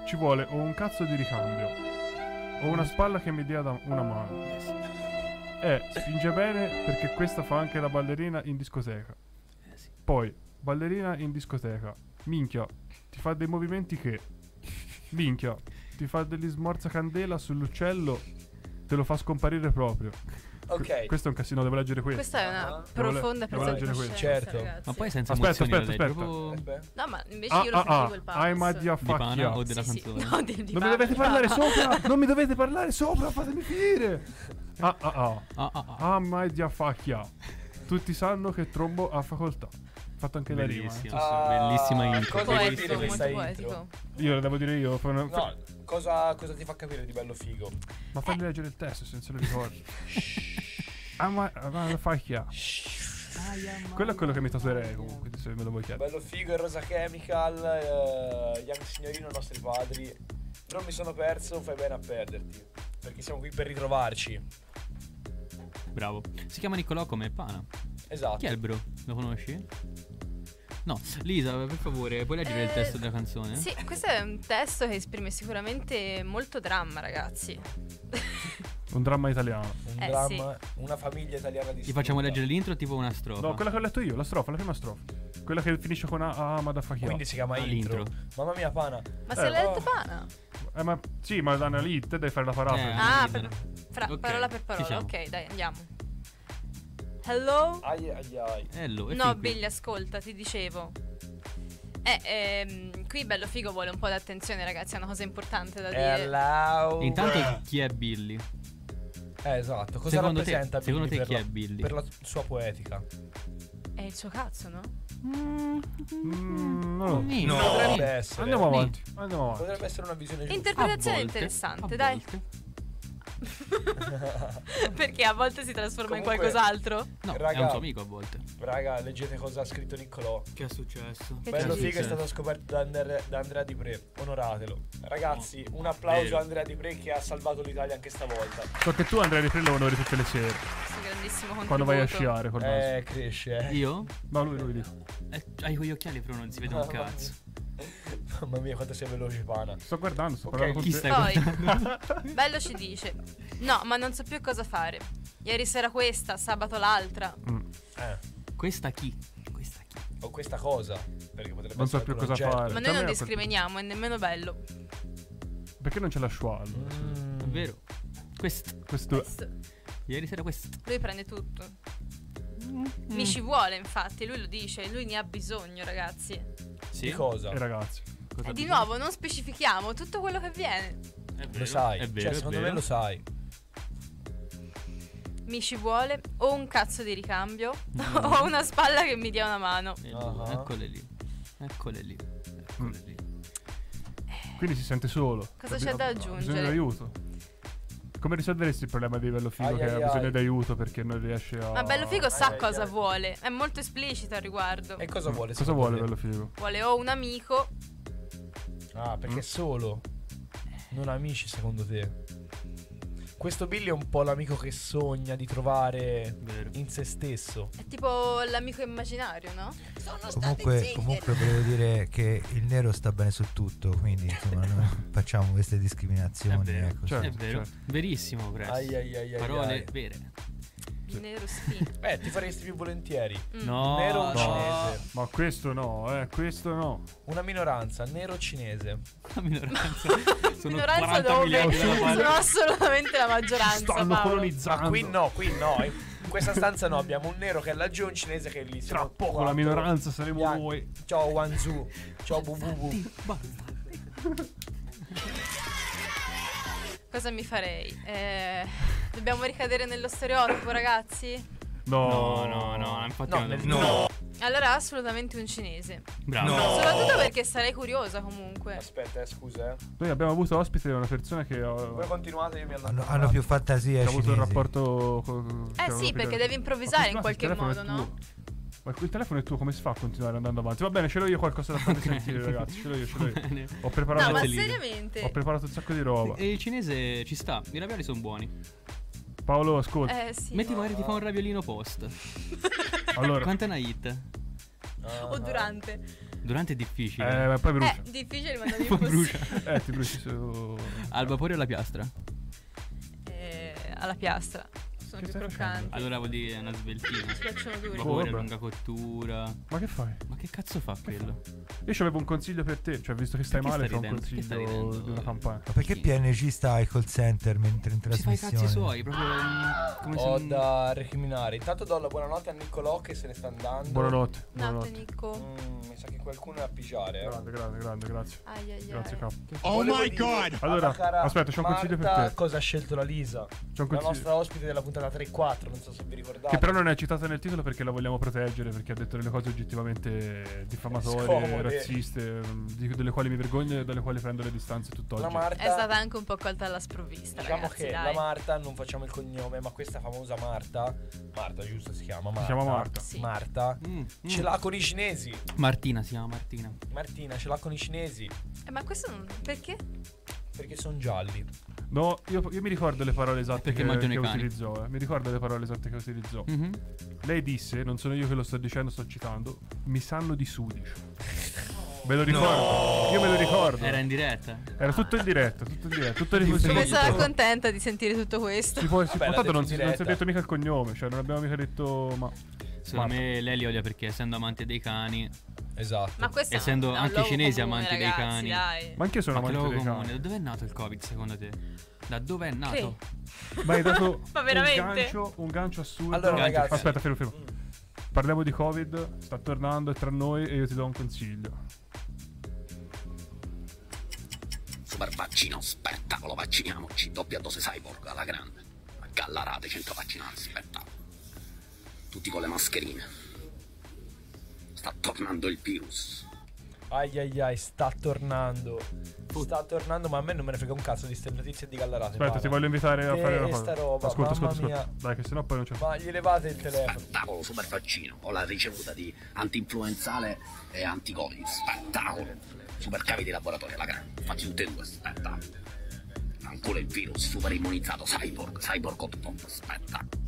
Speaker 4: Ci vuole o un cazzo di ricambio. O una spalla che mi dia da una mano. Eh, spinge bene perché questa fa anche la ballerina in discoteca. Poi, ballerina in discoteca. Minchia, ti fa dei movimenti che. Minchia, ti fa degli smorzacandela sull'uccello. Te lo fa scomparire proprio.
Speaker 3: Ok.
Speaker 4: Que- questo è un casino, devo leggere questo.
Speaker 7: Questa è una
Speaker 4: Devo le-
Speaker 7: profonda
Speaker 4: devo
Speaker 7: presa di
Speaker 4: leggere questo.
Speaker 7: coscienza, Certo. ragazzi.
Speaker 6: Ma poi senza
Speaker 4: aspetta,
Speaker 6: emozioni
Speaker 4: aspetta,
Speaker 6: lo leggi,
Speaker 4: aspetta.
Speaker 7: No, ma invece
Speaker 4: Ah,
Speaker 7: io lo
Speaker 4: ah,
Speaker 7: sentivo
Speaker 4: ah,
Speaker 7: il
Speaker 4: I'm a
Speaker 7: passo.
Speaker 4: dia
Speaker 6: Di pana
Speaker 4: fuck yeah.
Speaker 6: o della
Speaker 7: Sì,
Speaker 6: canzone?
Speaker 7: no, di, di
Speaker 4: Non mi
Speaker 7: Barbara.
Speaker 4: dovete parlare sopra! Non mi dovete parlare sopra! Fatemi finire! Ah ah ah.
Speaker 6: Ah ah
Speaker 4: Ah mai dia fuck yeah. Tutti sanno che trombo ha facoltà. Fatto anche la
Speaker 6: Bellissimo,
Speaker 4: rima. eh.
Speaker 6: sì, bellissima intro.
Speaker 3: Ah, Cosa vuol
Speaker 6: Poetico,
Speaker 3: dire questa
Speaker 7: molto
Speaker 3: intro?
Speaker 4: Io la devo dire io. fa una- fa-
Speaker 3: No, cosa, cosa ti fa capire di bello figo?
Speaker 4: Ma fammi leggere il testo se non se lo ricordi. Ah ma ma la fuck yeah. Quello è quello che mi tatuerei comunque, se me lo vuoi chiedere.
Speaker 3: Bello figo e Rosa Chemical, eh, Young Signorino, i nostri padri. Non mi sono perso, fai bene a perderti. Perché siamo qui per ritrovarci.
Speaker 6: ah, Bravo. Si chiama Niccolò come pana.
Speaker 3: Esatto.
Speaker 6: Chi è il bro? Lo conosci? No, Lisa, per favore, puoi leggere il
Speaker 7: Eh,
Speaker 6: testo della canzone?
Speaker 7: Sì, questo è un testo che esprime sicuramente molto dramma, ragazzi.
Speaker 4: Un dramma italiano.
Speaker 3: Un
Speaker 7: Eh,
Speaker 3: dramma, una famiglia italiana di
Speaker 6: Ti facciamo leggere l'intro tipo una strofa?
Speaker 4: No, quella che ho letto io, la strofa, la prima strofa. Quella che finisce con ah, ah ma da fuck yeah.
Speaker 3: Quindi si chiama
Speaker 6: Ah,
Speaker 3: intro.
Speaker 6: l'intro.
Speaker 3: Mamma mia, pana.
Speaker 7: Ma
Speaker 4: Eh,
Speaker 7: se l'hai
Speaker 4: oh.
Speaker 7: detto pana?
Speaker 4: Eh, ma sì, ma Dana lì te devi fare la parafrasi.
Speaker 6: Eh,
Speaker 7: Ah,
Speaker 6: sì,
Speaker 7: per- fra-
Speaker 6: Ok,
Speaker 7: parola per
Speaker 6: ci
Speaker 7: parola.
Speaker 6: siamo.
Speaker 7: Ok, dai, andiamo. Hello?
Speaker 3: Ai ai ai.
Speaker 6: Hello, e
Speaker 7: No,
Speaker 6: fin qui.
Speaker 7: Billy, ascolta, ti dicevo. Eh, ehm, qui bello figo vuole un po' d'attenzione, ragazzi, è una cosa importante da dire.
Speaker 3: Hello.
Speaker 6: Intanto chi è Billy?
Speaker 3: Eh, esatto. Cosa
Speaker 6: Secondo te-
Speaker 3: rappresenta
Speaker 6: secondo
Speaker 3: Billy
Speaker 6: te
Speaker 3: per
Speaker 6: chi
Speaker 3: la-
Speaker 6: è Billy?
Speaker 3: Per la sua poetica.
Speaker 7: È il suo cazzo, no?
Speaker 4: Mm, no.
Speaker 6: Nì.
Speaker 3: Potrebbe essere.
Speaker 4: Andiamo avanti, andiamo avanti.
Speaker 3: Potrebbe essere una visione giusta.
Speaker 7: Interpretazione
Speaker 6: A volte,
Speaker 7: interessante,
Speaker 6: a
Speaker 7: dai.
Speaker 6: volte.
Speaker 7: Perché a volte si trasforma
Speaker 3: Comunque-
Speaker 7: in qualcos'altro.
Speaker 6: No, è un
Speaker 3: Raga.
Speaker 6: suo amico a volte.
Speaker 3: Raga, leggete cosa ha scritto Niccolò.
Speaker 6: Che è successo?
Speaker 3: Bello
Speaker 6: sì,
Speaker 3: figo è
Speaker 6: sì.
Speaker 3: stato scoperto da, Ander- da Andrea Di Pre, onoratelo. Ragazzi, un applauso
Speaker 6: Vero.
Speaker 3: a Andrea Di Pre che ha salvato l'Italia anche stavolta.
Speaker 4: So che tu Andrea Di Pre lo onori tutte le sere.
Speaker 7: Questo grandissimo contributo.
Speaker 4: Quando vai a sciare col naso.
Speaker 3: Eh, cresce, eh.
Speaker 6: Io?
Speaker 4: No, lui, lui lì.
Speaker 6: Eh, hai quegli occhiali però non si
Speaker 3: Ah,
Speaker 6: vede un cazzo.
Speaker 3: Mamma mia, quanto sei veloce, pana.
Speaker 4: Sto guardando, sto parlando
Speaker 6: Chi
Speaker 4: con te.
Speaker 6: stai
Speaker 7: Poi,
Speaker 6: guardando?
Speaker 7: bello ci dice: No, ma non so più cosa fare. Ieri sera questa, sabato l'altra.
Speaker 3: Eh,
Speaker 6: Questa chi? Questa chi?
Speaker 3: o questa cosa. Perché potrebbe
Speaker 4: Non so
Speaker 3: essere
Speaker 4: più
Speaker 3: anche un
Speaker 4: cosa
Speaker 3: oggetto.
Speaker 4: fare.
Speaker 7: Ma
Speaker 4: Cioè,
Speaker 7: noi
Speaker 4: a me
Speaker 7: non
Speaker 4: ha
Speaker 7: discriminiamo, è nemmeno bello.
Speaker 4: Perché non c'è la
Speaker 3: Mm.
Speaker 4: schwa allora?
Speaker 6: È vero. Questa.
Speaker 3: Eh,
Speaker 4: Questo
Speaker 6: Ieri sera questa.
Speaker 7: Lui prende tutto.
Speaker 4: Mm.
Speaker 7: Mi ci vuole, infatti, lui lo dice, lui ne ha bisogno, ragazzi. E
Speaker 6: Sì.
Speaker 3: Di cosa?
Speaker 4: E ragazzi.
Speaker 6: Cosa
Speaker 7: Eh, di
Speaker 6: dici?
Speaker 7: nuovo non specifichiamo tutto quello che viene.
Speaker 6: È vero,
Speaker 3: Lo sai.
Speaker 6: È vero,
Speaker 3: cioè,
Speaker 6: è
Speaker 3: secondo
Speaker 6: vero.
Speaker 3: me lo sai.
Speaker 7: Mi ci vuole o un cazzo di ricambio o una spalla che mi dia una mano.
Speaker 6: E
Speaker 3: Ah.
Speaker 6: due, Eccole lì. Eccole lì. Eccole lì.
Speaker 3: Mm.
Speaker 4: Quindi si sente solo.
Speaker 7: Cosa c'è da
Speaker 4: Ha
Speaker 7: aggiungere?
Speaker 4: Bisogno di aivello Come risolveresti il problema di bello figo
Speaker 3: Ai,
Speaker 4: che
Speaker 3: ai,
Speaker 4: ha bisogno
Speaker 3: ai.
Speaker 4: di aiuto perché non riesce a.
Speaker 7: Ma bello figo sa
Speaker 3: eh,
Speaker 7: cosa
Speaker 3: eh.
Speaker 7: vuole, è molto esplicito al riguardo.
Speaker 6: Ecco.
Speaker 3: E cosa vuole?
Speaker 4: Cosa
Speaker 3: secondo
Speaker 4: vuole
Speaker 3: te?
Speaker 4: bello figo?
Speaker 7: Vuole o un amico
Speaker 13: Mm.
Speaker 3: Ah, perché solo. Non amici, secondo te? Questo Billy è un po' l'amico che sogna di trovare in se stesso.
Speaker 7: Tipo l'amico immaginario, no? Sono
Speaker 13: Comunque, comunque volevo dire che il nero sta bene su tutto, quindi insomma non facciamo queste discriminazioni. ecco,
Speaker 6: è
Speaker 13: sì.
Speaker 3: certo,
Speaker 6: vero. Verissimo,
Speaker 13: Eh.
Speaker 6: Press.
Speaker 3: Ai, ai, ai, ai,
Speaker 6: Parole
Speaker 3: ai.
Speaker 6: vere.
Speaker 7: Nero spinto.
Speaker 3: Beh, ti faresti più volentieri.
Speaker 7: Mm.
Speaker 6: No,
Speaker 3: nero o
Speaker 6: no.
Speaker 3: cinese.
Speaker 4: Ma questo no, eh, questo no.
Speaker 3: Una minoranza, nero cinese.
Speaker 6: Una minoranza.
Speaker 4: Sono
Speaker 7: Minoranza dove? Sono assolutamente la maggioranza. Paolo.
Speaker 3: Ah, qui no, qui no. In questa stanza no, abbiamo un nero che è laggiù e un cinese che è lì. Tra poco
Speaker 4: la minoranza saremo
Speaker 3: noi. Ciao Wanzu. Ciao WWW.
Speaker 7: Cosa mi farei? Eh, dobbiamo ricadere nello stereotipo, ragazzi?
Speaker 6: No, no, no. Infatti,
Speaker 3: No,
Speaker 6: no.
Speaker 3: nel-
Speaker 7: Allora, assolutamente un cinese.
Speaker 6: Bravo.
Speaker 7: Soprattutto perché sarei curiosa comunque.
Speaker 3: Aspetta, eh, scusa, eh.
Speaker 4: Noi abbiamo avuto ospite una persona che ho-
Speaker 3: Voi continuate, io mi allontano.
Speaker 13: Hanno, hanno più fantasia
Speaker 4: che
Speaker 13: i
Speaker 4: ha avuto un
Speaker 13: cinesi.
Speaker 4: rapporto con...
Speaker 7: Eh sì, perché devi improvvisare in qualche modo, no?
Speaker 4: Ma il telefono è tuo, come si fa a continuare andando avanti? Va bene, ce l'ho io qualcosa da farvi sentire, ragazzi. Ce l'ho io, ce l'ho io. Ho preparato,
Speaker 7: No, ma seriamente?
Speaker 4: ho preparato un sacco di roba.
Speaker 6: E il cinese ci sta. I ravioli sono buoni.
Speaker 4: Paolo, ascolta.
Speaker 7: Eh sì.
Speaker 6: Metti magari ti fa un raviolino post.
Speaker 4: Allora.
Speaker 6: Quanta è una hit?
Speaker 7: O durante.
Speaker 6: Durante è difficile.
Speaker 4: Eh, ma poi brucia.
Speaker 7: Eh, difficile, ma non
Speaker 6: Poi brucia.
Speaker 7: impossibile.
Speaker 4: Eh, ti bruci su.
Speaker 6: Al vapore o alla piastra?
Speaker 7: Eh, alla piastra. Sono più croccanti.
Speaker 6: Allora vuol dire una sveltina.
Speaker 7: Si piacciono duri.
Speaker 4: Oh,
Speaker 6: Vapore,
Speaker 4: vabbè.
Speaker 6: lunga cottura.
Speaker 4: Ma che fai?
Speaker 6: Ma che cazzo fa quello?
Speaker 4: Io c'avevo un consiglio per te, cioè visto che stai
Speaker 6: Perché
Speaker 4: male,
Speaker 6: stai
Speaker 4: c'ho un
Speaker 6: ridendo? Perché stai
Speaker 4: consiglio di una campagna.
Speaker 13: Ma perché PNG sta al call center mentre in
Speaker 6: Si fa i
Speaker 13: trasmissione?
Speaker 6: cazzi suoi, proprio mm, come
Speaker 3: Ho
Speaker 6: se...
Speaker 3: da recriminare. Intanto do la buonanotte a Niccolò che se ne sta andando.
Speaker 4: Buonanotte.
Speaker 7: Notte,
Speaker 4: buonanotte.
Speaker 7: Nico.
Speaker 3: Mm, mi sa che qualcuno è a pigiare.
Speaker 7: Esatto.
Speaker 3: Eh.
Speaker 4: Grande, grande, grande, grazie.
Speaker 7: Ai, ai, ai.
Speaker 4: Grazie, capo.
Speaker 3: Oh my
Speaker 4: God! Allora, aspetta, c'ho un consiglio per te.
Speaker 3: Cosa ha scelto la Lisa?
Speaker 4: C'ho un
Speaker 3: La
Speaker 4: consiglio.
Speaker 3: nostra ospite della puntata 3-4, non so se vi ricordate.
Speaker 4: Che però non è citata nel titolo perché la vogliamo proteggere, perché ha detto delle cose oggettivamente diffamatorie,
Speaker 3: Scomode.
Speaker 4: razziste, mm, di- delle quali mi vergogno e dalle quali prendo le distanze tutt'oggi.
Speaker 3: La Marta.
Speaker 7: È stata anche un po' colta alla sprovvista,
Speaker 3: Diciamo
Speaker 7: ragazzi,
Speaker 3: che
Speaker 7: dai.
Speaker 3: la Marta, non facciamo il cognome, ma questa famosa Marta, Marta giusto si chiama Marta.
Speaker 4: chiama Marta.
Speaker 7: Sì.
Speaker 3: Marta,
Speaker 6: Mm,
Speaker 3: ce
Speaker 6: mm.
Speaker 3: l'ha con i cinesi.
Speaker 6: Martina si chiama Martina.
Speaker 3: Martina ce l'ha con i cinesi
Speaker 7: Eh, ma questo non... Perché?
Speaker 3: perché sono gialli.
Speaker 4: No, io, io mi ricordo le parole esatte
Speaker 6: Perché
Speaker 4: che,
Speaker 6: mangiano i
Speaker 4: che
Speaker 6: cani.
Speaker 4: utilizzò. eh. Mi ricordo le parole esatte che utilizzò.
Speaker 6: Mhm.
Speaker 4: Lei disse, non sono io che lo sto dicendo, sto citando, mi sanno di sudicio. Ve lo ricordo. Io me lo ricordo.
Speaker 6: Era
Speaker 4: Era,
Speaker 6: in diretta.
Speaker 4: tutto in diretta, tutto in diretta, tutto
Speaker 7: Come
Speaker 4: riflessivo.
Speaker 7: sarà contenta di sentire tutto questo?
Speaker 4: Si può, si
Speaker 3: Vabbè,
Speaker 4: può-
Speaker 3: l'ha
Speaker 4: tanto
Speaker 3: detto
Speaker 4: non
Speaker 3: in
Speaker 4: si, non si è
Speaker 3: diretta.
Speaker 4: detto mica il cognome, cioè non abbiamo mica detto ma...
Speaker 6: Secondo me lei li odia perché essendo amante dei cani,
Speaker 3: Esatto.
Speaker 7: Ma questo è
Speaker 6: Essendo
Speaker 7: un- è un
Speaker 6: anche
Speaker 7: luogo
Speaker 6: cinesi
Speaker 7: comune,
Speaker 6: amanti dei
Speaker 7: ragazzi,
Speaker 6: cani.
Speaker 7: Dai.
Speaker 4: Ma anch'io
Speaker 6: Ma
Speaker 4: sono
Speaker 6: che
Speaker 4: amante
Speaker 6: luogo
Speaker 4: dei
Speaker 6: comune.
Speaker 4: cani.
Speaker 6: Da dove è nato il Covid secondo te? Da dove è nato?
Speaker 4: Ma hai dato
Speaker 7: Ma
Speaker 4: un
Speaker 7: veramente?
Speaker 4: gancio, un gancio assurdo.
Speaker 3: Allora,
Speaker 4: Gancio
Speaker 3: ragazzi-
Speaker 4: assurdo. Aspetta, fermo, fermo.
Speaker 3: Mm.
Speaker 4: Parliamo di Covid, sta tornando, è tra noi e io ti do un consiglio.
Speaker 14: Super vaccino, spettacolo, vacciniamoci. Doppia dose cyborg alla grande. Gallarate 100 vaccinati, spettacolo. Tutti con le mascherine. Sta tornando il virus.
Speaker 3: Ai ai ai, sta tornando. Sta tornando, ma a me non me ne frega un cazzo di ste notizie di Gallarate.
Speaker 4: Aspetta,
Speaker 3: guarda.
Speaker 4: ti voglio invitare a
Speaker 3: Che
Speaker 4: fare una
Speaker 3: sta
Speaker 4: cosa.
Speaker 3: roba,
Speaker 4: ascolta, ascolta,
Speaker 3: mamma
Speaker 4: ascolta.
Speaker 3: mia.
Speaker 4: Dai, che sennò poi non c'è.
Speaker 3: Ma gli levate il telefono.
Speaker 14: Spettacolo, super vaccino. Ho la ricevuta di antinfluenzale e anti-covid. Spettacolo. Super cavi di laboratorio alla grande. Fatti tutte e due, spettacolo. Ancora il virus, super immunizzato, cyborg, cyborg hot pop, spettacolo.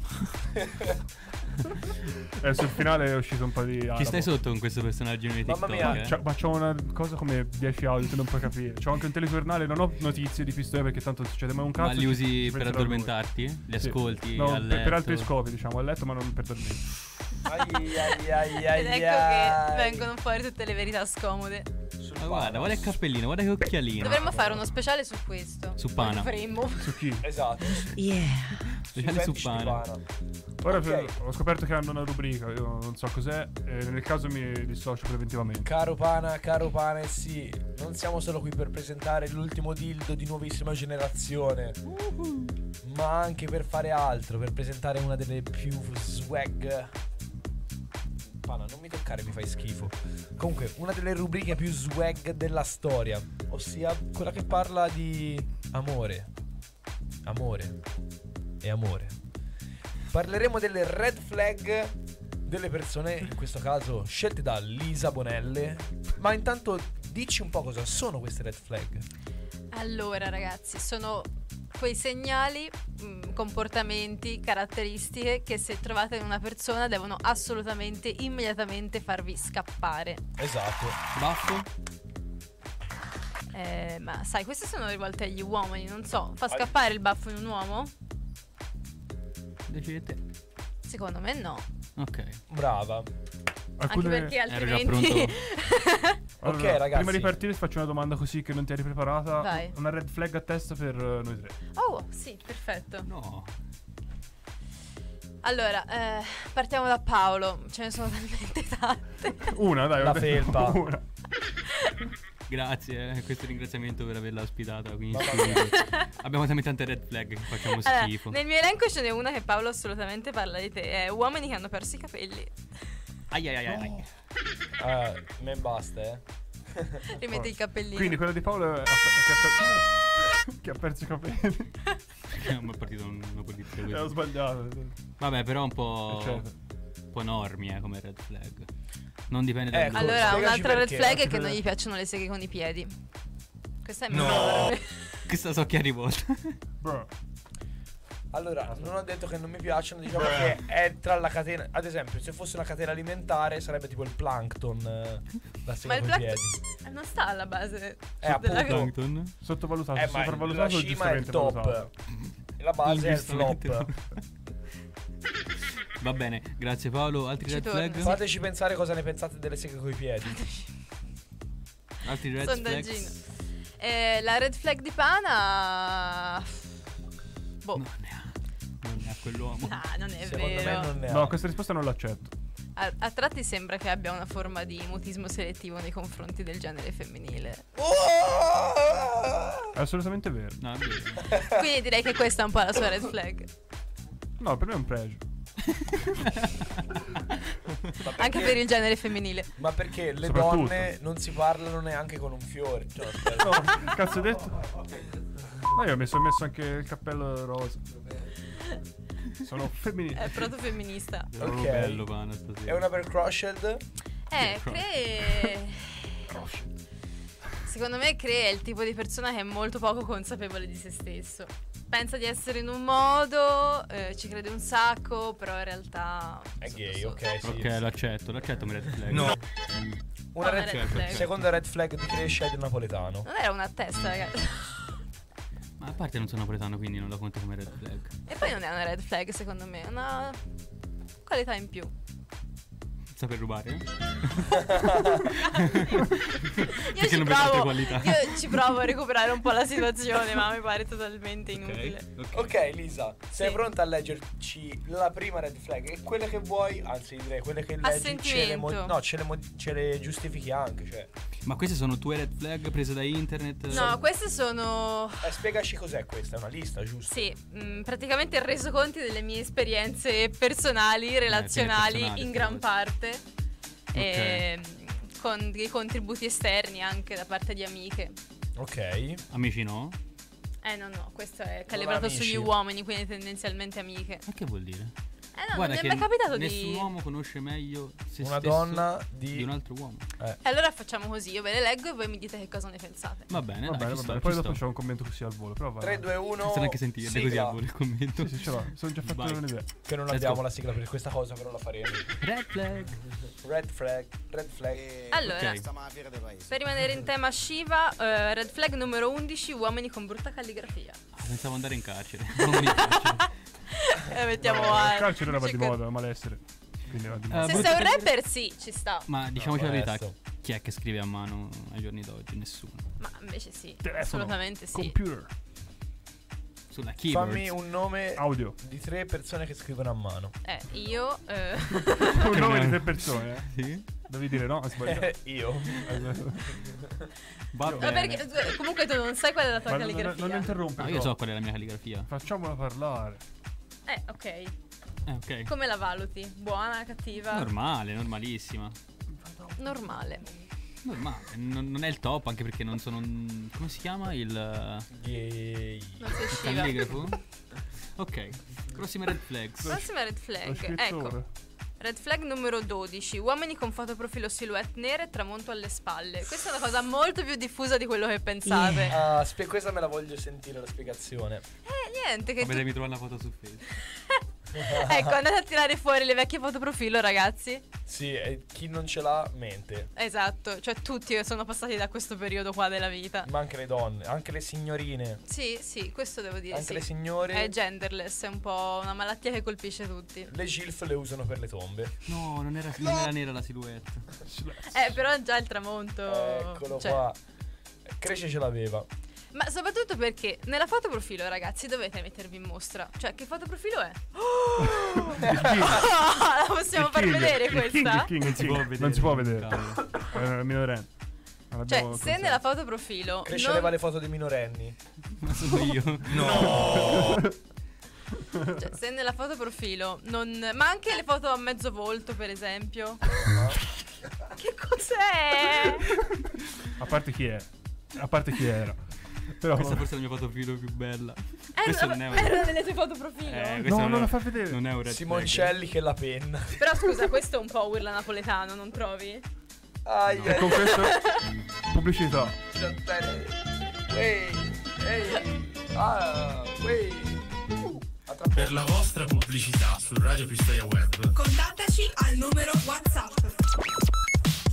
Speaker 4: Eh, sul finale è uscito un po' di.
Speaker 6: Ci
Speaker 4: arabo.
Speaker 6: stai sotto con questo personaggio nei TikTok?
Speaker 3: Mamma mia,
Speaker 6: eh?
Speaker 4: C'ha- ma c'ho una cosa come 10 audio, tu non puoi capire. C'ho anche un telegiornale, non ho notizie di pistoia perché tanto non succede mai un cazzo.
Speaker 6: Ma li
Speaker 4: ci-
Speaker 6: usi
Speaker 4: ci
Speaker 6: per
Speaker 4: penserà lui.
Speaker 6: addormentarti? Li
Speaker 4: Sì.
Speaker 6: ascolti
Speaker 4: No,
Speaker 6: a
Speaker 4: per- per,
Speaker 6: letto?
Speaker 4: altri scopi, diciamo, a letto, ma non per dormire.
Speaker 3: Ai ai ai ai.
Speaker 7: Ed ecco che vengono fuori tutte le verità scomode.
Speaker 6: Ma guarda, guarda il cappellino, guarda che occhialino.
Speaker 7: Dovremmo fare uno speciale su questo.
Speaker 6: Su Pana.
Speaker 7: Lo faremmo.
Speaker 4: Su chi?
Speaker 3: Esatto.
Speaker 9: Yeah.
Speaker 6: Speciale su
Speaker 3: Fetish di
Speaker 6: pane.
Speaker 3: Pana.
Speaker 4: Ora
Speaker 3: Ok.
Speaker 4: per- ho scoperto che hanno una rubrica, io non so cos'è, e nel caso mi dissocio preventivamente.
Speaker 3: Caro Pana, caro Pane, sì, non siamo solo qui per presentare l'ultimo dildo di nuovissima generazione,
Speaker 15: Uhuh.
Speaker 3: ma anche per fare altro, per presentare una delle più swag. Pana, non mi toccare, mi fai schifo. Comunque, una delle rubriche più swag della storia, ossia quella che parla di amore. Amore e amore. Parleremo delle red flag delle persone, in questo caso scelte da Lisa Bonelle. Ma intanto dici un po' cosa sono queste red flag.
Speaker 7: Allora, ragazzi, sono quei segnali, mh, comportamenti, caratteristiche che se trovate in una persona devono assolutamente, immediatamente farvi scappare.
Speaker 3: Esatto.
Speaker 6: Baffo?
Speaker 7: Eh, ma sai, queste sono rivolte agli uomini, non so. Fa scappare il baffo in un uomo?
Speaker 6: Decidete.
Speaker 7: Secondo me no.
Speaker 6: Ok.
Speaker 3: Brava.
Speaker 7: Anche perché
Speaker 6: pronto.
Speaker 7: altrimenti...
Speaker 4: Allora,
Speaker 3: Ok, ragazzi.
Speaker 4: Prima di partire ti faccio una domanda così che non ti eri preparata.
Speaker 7: Vai.
Speaker 4: Una red flag a testa per eh, noi tre.
Speaker 7: Oh, sì, perfetto. No. Allora, eh, partiamo da Paolo. Ce ne sono talmente tante.
Speaker 4: Una, dai.
Speaker 3: La
Speaker 4: ho detto
Speaker 3: felpa.
Speaker 4: Una.
Speaker 6: Grazie, eh, questo ringraziamento per averla ospitata. Quindi
Speaker 3: Mamma mia.
Speaker 6: abbiamo talmente tante red flag che facciamo
Speaker 7: Allora,
Speaker 6: schifo.
Speaker 7: nel mio elenco ce n'è una che Paolo assolutamente parla di te. È uomini che hanno perso i capelli.
Speaker 6: Ai ai ai ai.
Speaker 3: Ah, me basta, eh.
Speaker 7: Rimetti il cappellino.
Speaker 4: Quindi quella di Paolo è, è che, ha per- che ha perso i capelli.
Speaker 6: ai. Mi è partito un- una polizia
Speaker 4: Eh, ho
Speaker 6: questa.
Speaker 4: sbagliato.
Speaker 6: Vabbè, però un po'.
Speaker 4: Eccetera.
Speaker 6: Un po' normi eh, come red flag. Non dipende
Speaker 4: Eh,
Speaker 3: Ecco,
Speaker 6: dal
Speaker 7: Allora,
Speaker 3: spiegaci
Speaker 7: un'altra red
Speaker 3: perché,
Speaker 7: flag è
Speaker 3: anche
Speaker 7: che non
Speaker 3: per-
Speaker 7: gli piacciono le seghe con i piedi. Questa è
Speaker 6: No.
Speaker 7: minore.
Speaker 6: Questa so che è rivolta.
Speaker 4: Bro.
Speaker 3: Allora, non ho detto che non mi piacciono, diciamo
Speaker 4: Eh.
Speaker 3: che è tra la catena. Ad esempio, se fosse una catena alimentare sarebbe tipo il plankton. eh, La
Speaker 7: Ma
Speaker 3: sega
Speaker 7: il
Speaker 3: coi
Speaker 7: plankton
Speaker 3: piedi.
Speaker 7: non sta alla base.
Speaker 3: Eh, appunto.
Speaker 6: Plankton?
Speaker 4: Sottovalutato,
Speaker 3: Eh, ma il- la
Speaker 4: Ah, sopravvalutato o
Speaker 3: cima è il
Speaker 4: giustamente
Speaker 3: top.
Speaker 4: valutato?
Speaker 3: E la base è il
Speaker 6: Ingiustamente
Speaker 3: flop.
Speaker 6: Va bene, grazie Paolo. Altri
Speaker 7: Ci
Speaker 6: red
Speaker 7: torno,
Speaker 6: flag?
Speaker 7: sì.
Speaker 3: Fateci pensare cosa ne pensate delle seghe coi piedi.
Speaker 6: Altri red
Speaker 7: Sondaggino.
Speaker 6: flags?
Speaker 7: Eh, la red flag di pana. Boh.
Speaker 6: No, ne ha. Non ne ha quell'uomo.
Speaker 7: Ah, non è
Speaker 3: Secondo me
Speaker 7: vero.
Speaker 3: non ne ha.
Speaker 4: No, questa risposta non l'accetto.
Speaker 7: A, a tratti sembra che abbia una forma di mutismo selettivo nei confronti del genere femminile.
Speaker 4: È assolutamente vero.
Speaker 6: No, è vero.
Speaker 7: Quindi direi che questa è un po' la sua red flag.
Speaker 4: No, per me è un pregio.
Speaker 3: Ma perché-
Speaker 7: Anche per il genere femminile.
Speaker 3: Ma perché le
Speaker 4: Soprattutto.
Speaker 3: donne non si parlano neanche con un fiore? Cioè,
Speaker 4: No, cazzo hai detto? Ma io mi sono messo anche il cappello rosa. Sono femminile.
Speaker 7: È
Speaker 6: Eh,
Speaker 7: proto femminista.
Speaker 4: Oh,
Speaker 6: Sono
Speaker 3: Ok.
Speaker 6: bello Pana
Speaker 3: è
Speaker 6: stasera.
Speaker 3: una per crushed?
Speaker 7: Eh, Cre. Secondo me Cre è il tipo di persona che è molto poco consapevole di se stesso. Pensa di essere in un modo, eh, ci crede un sacco, però in realtà.
Speaker 3: È gay, ok. Sì.
Speaker 6: Ok, l'accetto, l'accetto mi red flag.
Speaker 3: No.
Speaker 7: No,
Speaker 3: Una red,
Speaker 7: una red
Speaker 3: flag.
Speaker 7: flag.
Speaker 3: Seconda red flag di Crescia è del napoletano.
Speaker 7: Non era una testa, ragazzi.
Speaker 6: Ma a parte non sono pretano, quindi non la conto come red flag.
Speaker 7: E poi non è una red flag, secondo me, è una qualità in più.
Speaker 6: Saper rubare?
Speaker 7: Io ci
Speaker 6: non vedo altre
Speaker 7: provo.
Speaker 6: qualità.
Speaker 7: Io ci provo a recuperare un po' la situazione, ma mi pare totalmente inutile.
Speaker 6: Ok.
Speaker 3: Ok, Lisa, sei
Speaker 7: Sì.
Speaker 3: pronta a leggerci la prima red flag? E quelle che vuoi, anzi, direi quelle che leggi, ce le, mo-
Speaker 7: sentimento.
Speaker 3: no, ce, le mo- ce le giustifichi anche. Cioè,
Speaker 6: Ma queste sono tue red flag prese da internet?
Speaker 7: No, queste sono.
Speaker 3: Eh, spiegaci cos'è questa, è una lista, giusto?
Speaker 7: Sì, mh, praticamente il resoconti delle mie esperienze personali, relazionali
Speaker 6: Eh, personali,
Speaker 7: in gran
Speaker 6: sì.
Speaker 7: parte. E, mh, con dei contributi esterni anche da parte di amiche.
Speaker 3: Ok.
Speaker 6: Amici no?
Speaker 7: Eh no, no, questo è calibrato
Speaker 3: amici.
Speaker 7: sugli uomini, quindi tendenzialmente amiche.
Speaker 6: Ma che vuol dire?
Speaker 7: Eh no, non mi è mai capitato
Speaker 6: nessun
Speaker 7: di.
Speaker 6: uomo conosce meglio se
Speaker 3: Una
Speaker 6: stesso
Speaker 3: donna di-
Speaker 6: un altro uomo.
Speaker 7: E allora facciamo così, io ve le leggo e voi mi dite che cosa ne pensate.
Speaker 6: Va bene,
Speaker 4: Va
Speaker 6: dai,
Speaker 4: bene,
Speaker 6: ci
Speaker 4: va
Speaker 6: sto,
Speaker 4: bene.
Speaker 6: ci
Speaker 4: Poi dopo
Speaker 6: sto.
Speaker 4: facciamo un commento così al volo. Però va.
Speaker 3: 3, 2, 1.
Speaker 6: Senza neanche sentire così a volo il commento.
Speaker 4: Sì, sì, ce l'ho. Sono già fatto
Speaker 6: Vai.
Speaker 4: un'idea.
Speaker 3: Che non
Speaker 6: Let's
Speaker 3: abbiamo
Speaker 6: go.
Speaker 3: la sigla per questa cosa, però la faremo.
Speaker 6: Red flag.
Speaker 3: Red flag, red flag.
Speaker 8: "Eh,
Speaker 7: Allora,
Speaker 6: Ok.
Speaker 7: per rimanere in tema Shiva, eh, red flag numero 11, uomini con brutta calligrafia.
Speaker 6: Ah, pensavo andare in carcere. Uomini in carcere.
Speaker 7: Eh,
Speaker 6: Oh,
Speaker 7: mettiamo a...
Speaker 4: Il calcio era di
Speaker 7: cerca-
Speaker 4: moda, è malessere. Quindi va di
Speaker 6: Eh,
Speaker 4: moda.
Speaker 7: Se sei un rapper sì, ci sta.
Speaker 6: Ma diciamoci la verità,
Speaker 3: adesso.
Speaker 6: chi è che scrive a mano ai giorni d'oggi? Nessuno.
Speaker 7: Ma invece sì,
Speaker 4: Telefono,
Speaker 7: assolutamente sì.
Speaker 4: Computer.
Speaker 6: Sulla keyboard.
Speaker 3: Fammi un nome
Speaker 4: Audio.
Speaker 3: di tre persone che scrivono a mano.
Speaker 7: eh, io... eh,
Speaker 4: Un nome di tre persone. eh.
Speaker 6: Sì?
Speaker 4: Devi dire no, hai sbagliato.
Speaker 3: Io.
Speaker 6: Va
Speaker 7: ma
Speaker 6: bene.
Speaker 7: perché tu- comunque tu non sai qual è la tua
Speaker 4: Ma non- non,
Speaker 7: calligrafia.
Speaker 4: non interrompere.
Speaker 6: No, io so qual è la mia calligrafia.
Speaker 4: Facciamola parlare.
Speaker 7: Eh, ok.
Speaker 6: Eh, ok.
Speaker 7: Come la valuti? Buona, cattiva?
Speaker 6: Normale, normalissima.
Speaker 7: Normale.
Speaker 6: Normale. Non, non è il top, anche perché non sono un... Come si chiama il... eh,
Speaker 3: Gay.
Speaker 7: Non si usciva.
Speaker 6: Calligrafo? ok. Prossime red flags.
Speaker 7: Prossima red
Speaker 4: Lo
Speaker 7: flag.
Speaker 6: ecco.
Speaker 4: scrittore.
Speaker 7: Ecco, Red flag numero 12. Uomini con fotoprofilo silhouette nere e tramonto alle spalle. Questa è una cosa molto più diffusa di quello che pensate.
Speaker 3: Ah, spe- questa me la voglio sentire la spiegazione.
Speaker 7: Eh, niente, che
Speaker 6: Vabbè,
Speaker 7: tu-
Speaker 6: devi trovare una foto su Facebook.
Speaker 7: Ecco, andate a tirare fuori le vecchie fotoprofilo, ragazzi.
Speaker 3: Sì, e chi non ce l'ha mente.
Speaker 7: Esatto, cioè tutti sono passati da questo periodo qua della vita.
Speaker 3: Ma anche le donne, anche le signorine.
Speaker 7: Sì, sì, questo devo dire.
Speaker 3: Anche
Speaker 7: sì.
Speaker 3: le signore?
Speaker 7: È genderless, è un po' una malattia che colpisce tutti.
Speaker 3: Le gilf le usano per le tombe.
Speaker 6: No, non era, non era nera la silhouette.
Speaker 7: Eh, però già il tramonto.
Speaker 3: Eccolo
Speaker 7: cioè-
Speaker 3: qua. Cresce ce l'aveva.
Speaker 7: Ma soprattutto perché nella foto profilo, ragazzi, dovete mettervi in mostra. Cioè, che foto profilo è? Oh! la possiamo
Speaker 4: Il
Speaker 7: far
Speaker 4: king,
Speaker 7: vedere
Speaker 4: il king,
Speaker 7: questa?
Speaker 4: il king,
Speaker 6: Non
Speaker 4: il
Speaker 6: si
Speaker 4: king.
Speaker 6: può vedere,
Speaker 4: Non si può
Speaker 6: non si
Speaker 4: vedere. Eh, minorenne. Non
Speaker 7: Cioè, se
Speaker 4: abbiamo consenso.
Speaker 7: nella foto profilo.
Speaker 3: Cresce
Speaker 7: non-
Speaker 3: aveva le foto dei minorenni.
Speaker 6: Ma sono io.
Speaker 7: cioè, se nella foto profilo non. Ma anche le foto a mezzo volto, per esempio. che cos'è?
Speaker 4: A parte chi è. A parte chi era. Però...
Speaker 6: Questa forse è la mia foto video più bella.
Speaker 7: Eh,
Speaker 6: Questa
Speaker 7: no,
Speaker 6: non è un-
Speaker 7: Era nelle tue foto profilo.
Speaker 6: Eh,
Speaker 4: No,
Speaker 6: questa
Speaker 4: non
Speaker 6: è-
Speaker 4: la fa vedere.
Speaker 6: Non è un red
Speaker 3: Simoncelli che la penna.
Speaker 7: Però scusa, questo è un po' urla napoletano, non trovi?
Speaker 3: Aia.
Speaker 4: E con questo... Pubblicità.
Speaker 3: Ah,
Speaker 16: Per la vostra pubblicità su Radio Pistoia Web.
Speaker 1: Contattaci al numero WhatsApp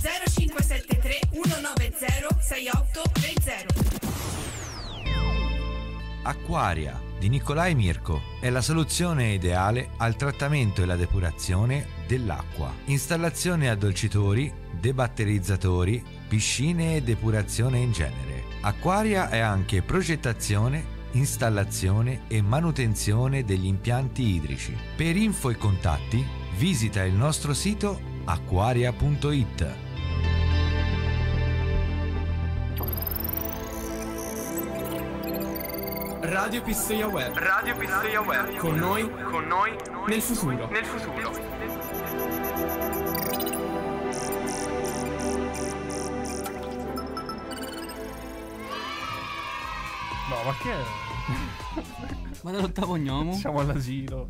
Speaker 1: 0573 190 6820.
Speaker 13: Acquaria di Nicolai Mirko è la soluzione ideale al trattamento e la depurazione dell'acqua. Installazione addolcitori, debatterizzatori, piscine e depurazione in genere. Acquaria è anche progettazione, installazione e manutenzione degli impianti idrici. Per info e contatti visita il nostro sito acquaria.it.
Speaker 16: Radio Pistoia Web. Radio Pistoia Web. Con noi, con noi, nel futuro. Nel futuro.
Speaker 4: No, ma che...
Speaker 6: Ma dall'ottavo gnomo?
Speaker 4: Siamo all'asilo.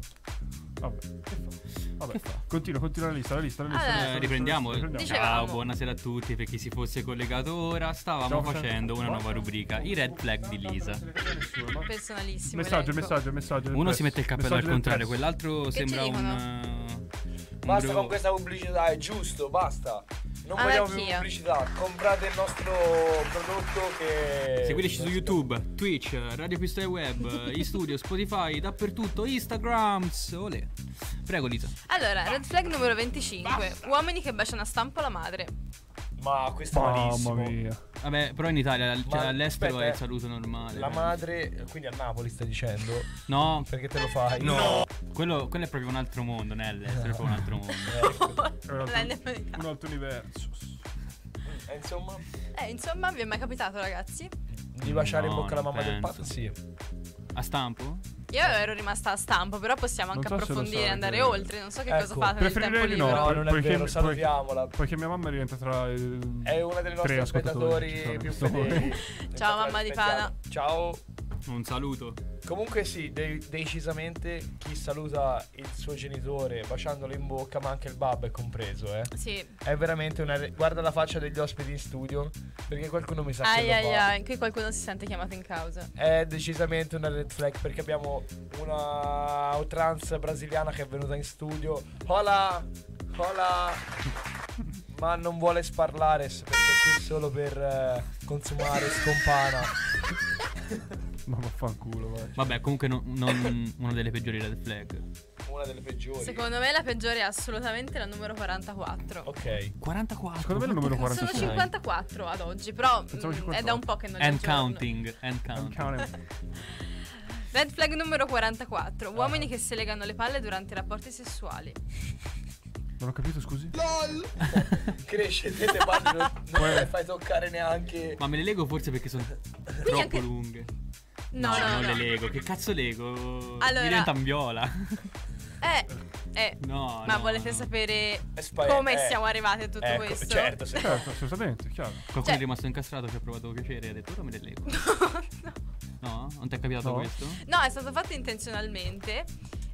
Speaker 4: Vabbè. Che fa? Vabbè. Continua, continua la lista, la lista, la lista. la lista, la
Speaker 6: Eh,
Speaker 4: lista,
Speaker 6: riprendiamo.
Speaker 4: la lista, riprendiamo.
Speaker 6: Ciao, buonasera a tutti. Per chi si fosse collegato ora, stavamo
Speaker 4: Stiamo
Speaker 6: facendo
Speaker 4: facendo-
Speaker 6: una nuova rubrica, i red flag di Lisa.
Speaker 3: Eh,
Speaker 7: Personalissimo.
Speaker 4: Messaggio,
Speaker 7: elenco.
Speaker 4: messaggio, messaggio.
Speaker 6: Uno si mette il cappello al
Speaker 4: Messaggio del
Speaker 6: contrario,
Speaker 4: prezzo.
Speaker 6: quell'altro
Speaker 7: Che ci
Speaker 6: sembra
Speaker 7: dicono?
Speaker 6: un.
Speaker 3: Basta
Speaker 6: bro.
Speaker 3: con questa pubblicità, è giusto, basta. Non vogliamo più
Speaker 7: Anarchia.
Speaker 3: pubblicità. Comprate il nostro prodotto che.
Speaker 6: Seguiteci su YouTube, Twitch, Radio Pistoia Web, iStudio, Spotify, dappertutto, Instagram. Ole. Prego, Lisa.
Speaker 7: Allora, red flag numero 25. Uomini che baciano a stampo la madre.
Speaker 3: Ma questo è malissimo.
Speaker 4: mia.
Speaker 6: Vabbè, però in Italia, cioè,
Speaker 3: Ma-
Speaker 6: all'estero
Speaker 3: aspetta,
Speaker 6: è
Speaker 3: eh.
Speaker 6: il saluto normale.
Speaker 3: La
Speaker 6: penso.
Speaker 3: madre, quindi a Napoli stai dicendo?
Speaker 6: No.
Speaker 3: Perché te lo fai?
Speaker 6: Quello, quello è proprio un altro mondo, non è all'estero, è proprio un altro mondo.
Speaker 4: Un altro-
Speaker 7: Prende per il
Speaker 4: Un altro universo.
Speaker 3: Eh, insomma,
Speaker 7: Eh, insomma, vi è mai capitato, ragazzi?
Speaker 3: di baciare in
Speaker 6: No,
Speaker 3: bocca alla
Speaker 6: non
Speaker 3: mamma del
Speaker 6: penso.
Speaker 3: pazzo? Sì.
Speaker 6: A stampo?
Speaker 7: Io ero rimasta a stampo, però possiamo anche
Speaker 4: Non so se lo
Speaker 7: approfondire e
Speaker 4: so,
Speaker 7: andare
Speaker 4: anche-
Speaker 7: oltre. Non so che cosa
Speaker 3: Ecco,
Speaker 7: fate nel tempo
Speaker 4: Preferirei di
Speaker 7: libero.
Speaker 4: no,
Speaker 3: No,
Speaker 4: per-
Speaker 3: non è
Speaker 4: perché-
Speaker 3: vero,
Speaker 4: perché-
Speaker 3: salutiamola.
Speaker 4: Perché mia mamma rientra tra il...
Speaker 3: È una delle nostre
Speaker 4: Tre ascoltatori
Speaker 3: ascoltatori
Speaker 4: ci
Speaker 3: più
Speaker 4: sono.
Speaker 3: fedeli.
Speaker 7: Ciao, mamma di
Speaker 3: Aspettiamo. Ciao.
Speaker 6: Un saluto.
Speaker 3: Comunque sì, de- decisamente chi saluta il suo genitore baciandolo in bocca, ma anche il babbo è compreso, eh.
Speaker 7: Sì.
Speaker 3: È veramente una... re- Guarda la faccia degli ospiti in studio, perché qualcuno mi sa che
Speaker 7: Ai
Speaker 3: lo
Speaker 7: ai
Speaker 3: fa.
Speaker 7: ai, qui qualcuno si sente chiamato in causa.
Speaker 3: È decisamente una red flag perché abbiamo una trans brasiliana che è venuta in studio. Hola! Hola! Ma non vuole sparlare perché è qui solo per eh, consumare scompana.
Speaker 4: Ma vaffanculo, vai.
Speaker 6: Vabbè, comunque no- non una delle peggiori red flag.
Speaker 3: Una delle peggiori.
Speaker 7: Secondo me la peggiore è assolutamente la numero 44.
Speaker 3: Ok.
Speaker 6: 44.
Speaker 4: Secondo me è il numero
Speaker 7: Sono
Speaker 4: 46.
Speaker 7: 54 ad oggi, però
Speaker 4: Pensavo
Speaker 7: mm,
Speaker 4: 58.
Speaker 7: è da un po' che non le
Speaker 6: And
Speaker 7: aggiorno.
Speaker 6: counting, and counting.
Speaker 7: Red flag numero 44. Uomini
Speaker 6: Eh.
Speaker 7: che si legano le palle durante i rapporti sessuali.
Speaker 4: Non ho capito, scusi?
Speaker 3: Cresce, te te parli, non, non le fai toccare neanche.
Speaker 6: Ma me le lego forse perché sono troppo lunghe.
Speaker 7: No, no,
Speaker 6: non
Speaker 7: no.
Speaker 6: le lego. Che cazzo lego?
Speaker 7: Allora-
Speaker 6: Diventa un viola.
Speaker 7: Eh, eh.
Speaker 6: No,
Speaker 7: Ma
Speaker 6: no,
Speaker 7: volete sapere
Speaker 3: spa-
Speaker 7: come
Speaker 3: eh,
Speaker 7: siamo arrivati a tutto
Speaker 3: ecco,
Speaker 7: questo?
Speaker 3: certo, sì.
Speaker 4: Certo, assolutamente, chiaro.
Speaker 6: Qualcuno
Speaker 7: Cioè-
Speaker 6: è rimasto incastrato che ha provato piacere e ha detto ora me le lego. no. non ti è capitato
Speaker 4: No.
Speaker 6: questo?
Speaker 7: No, è stato fatto intenzionalmente.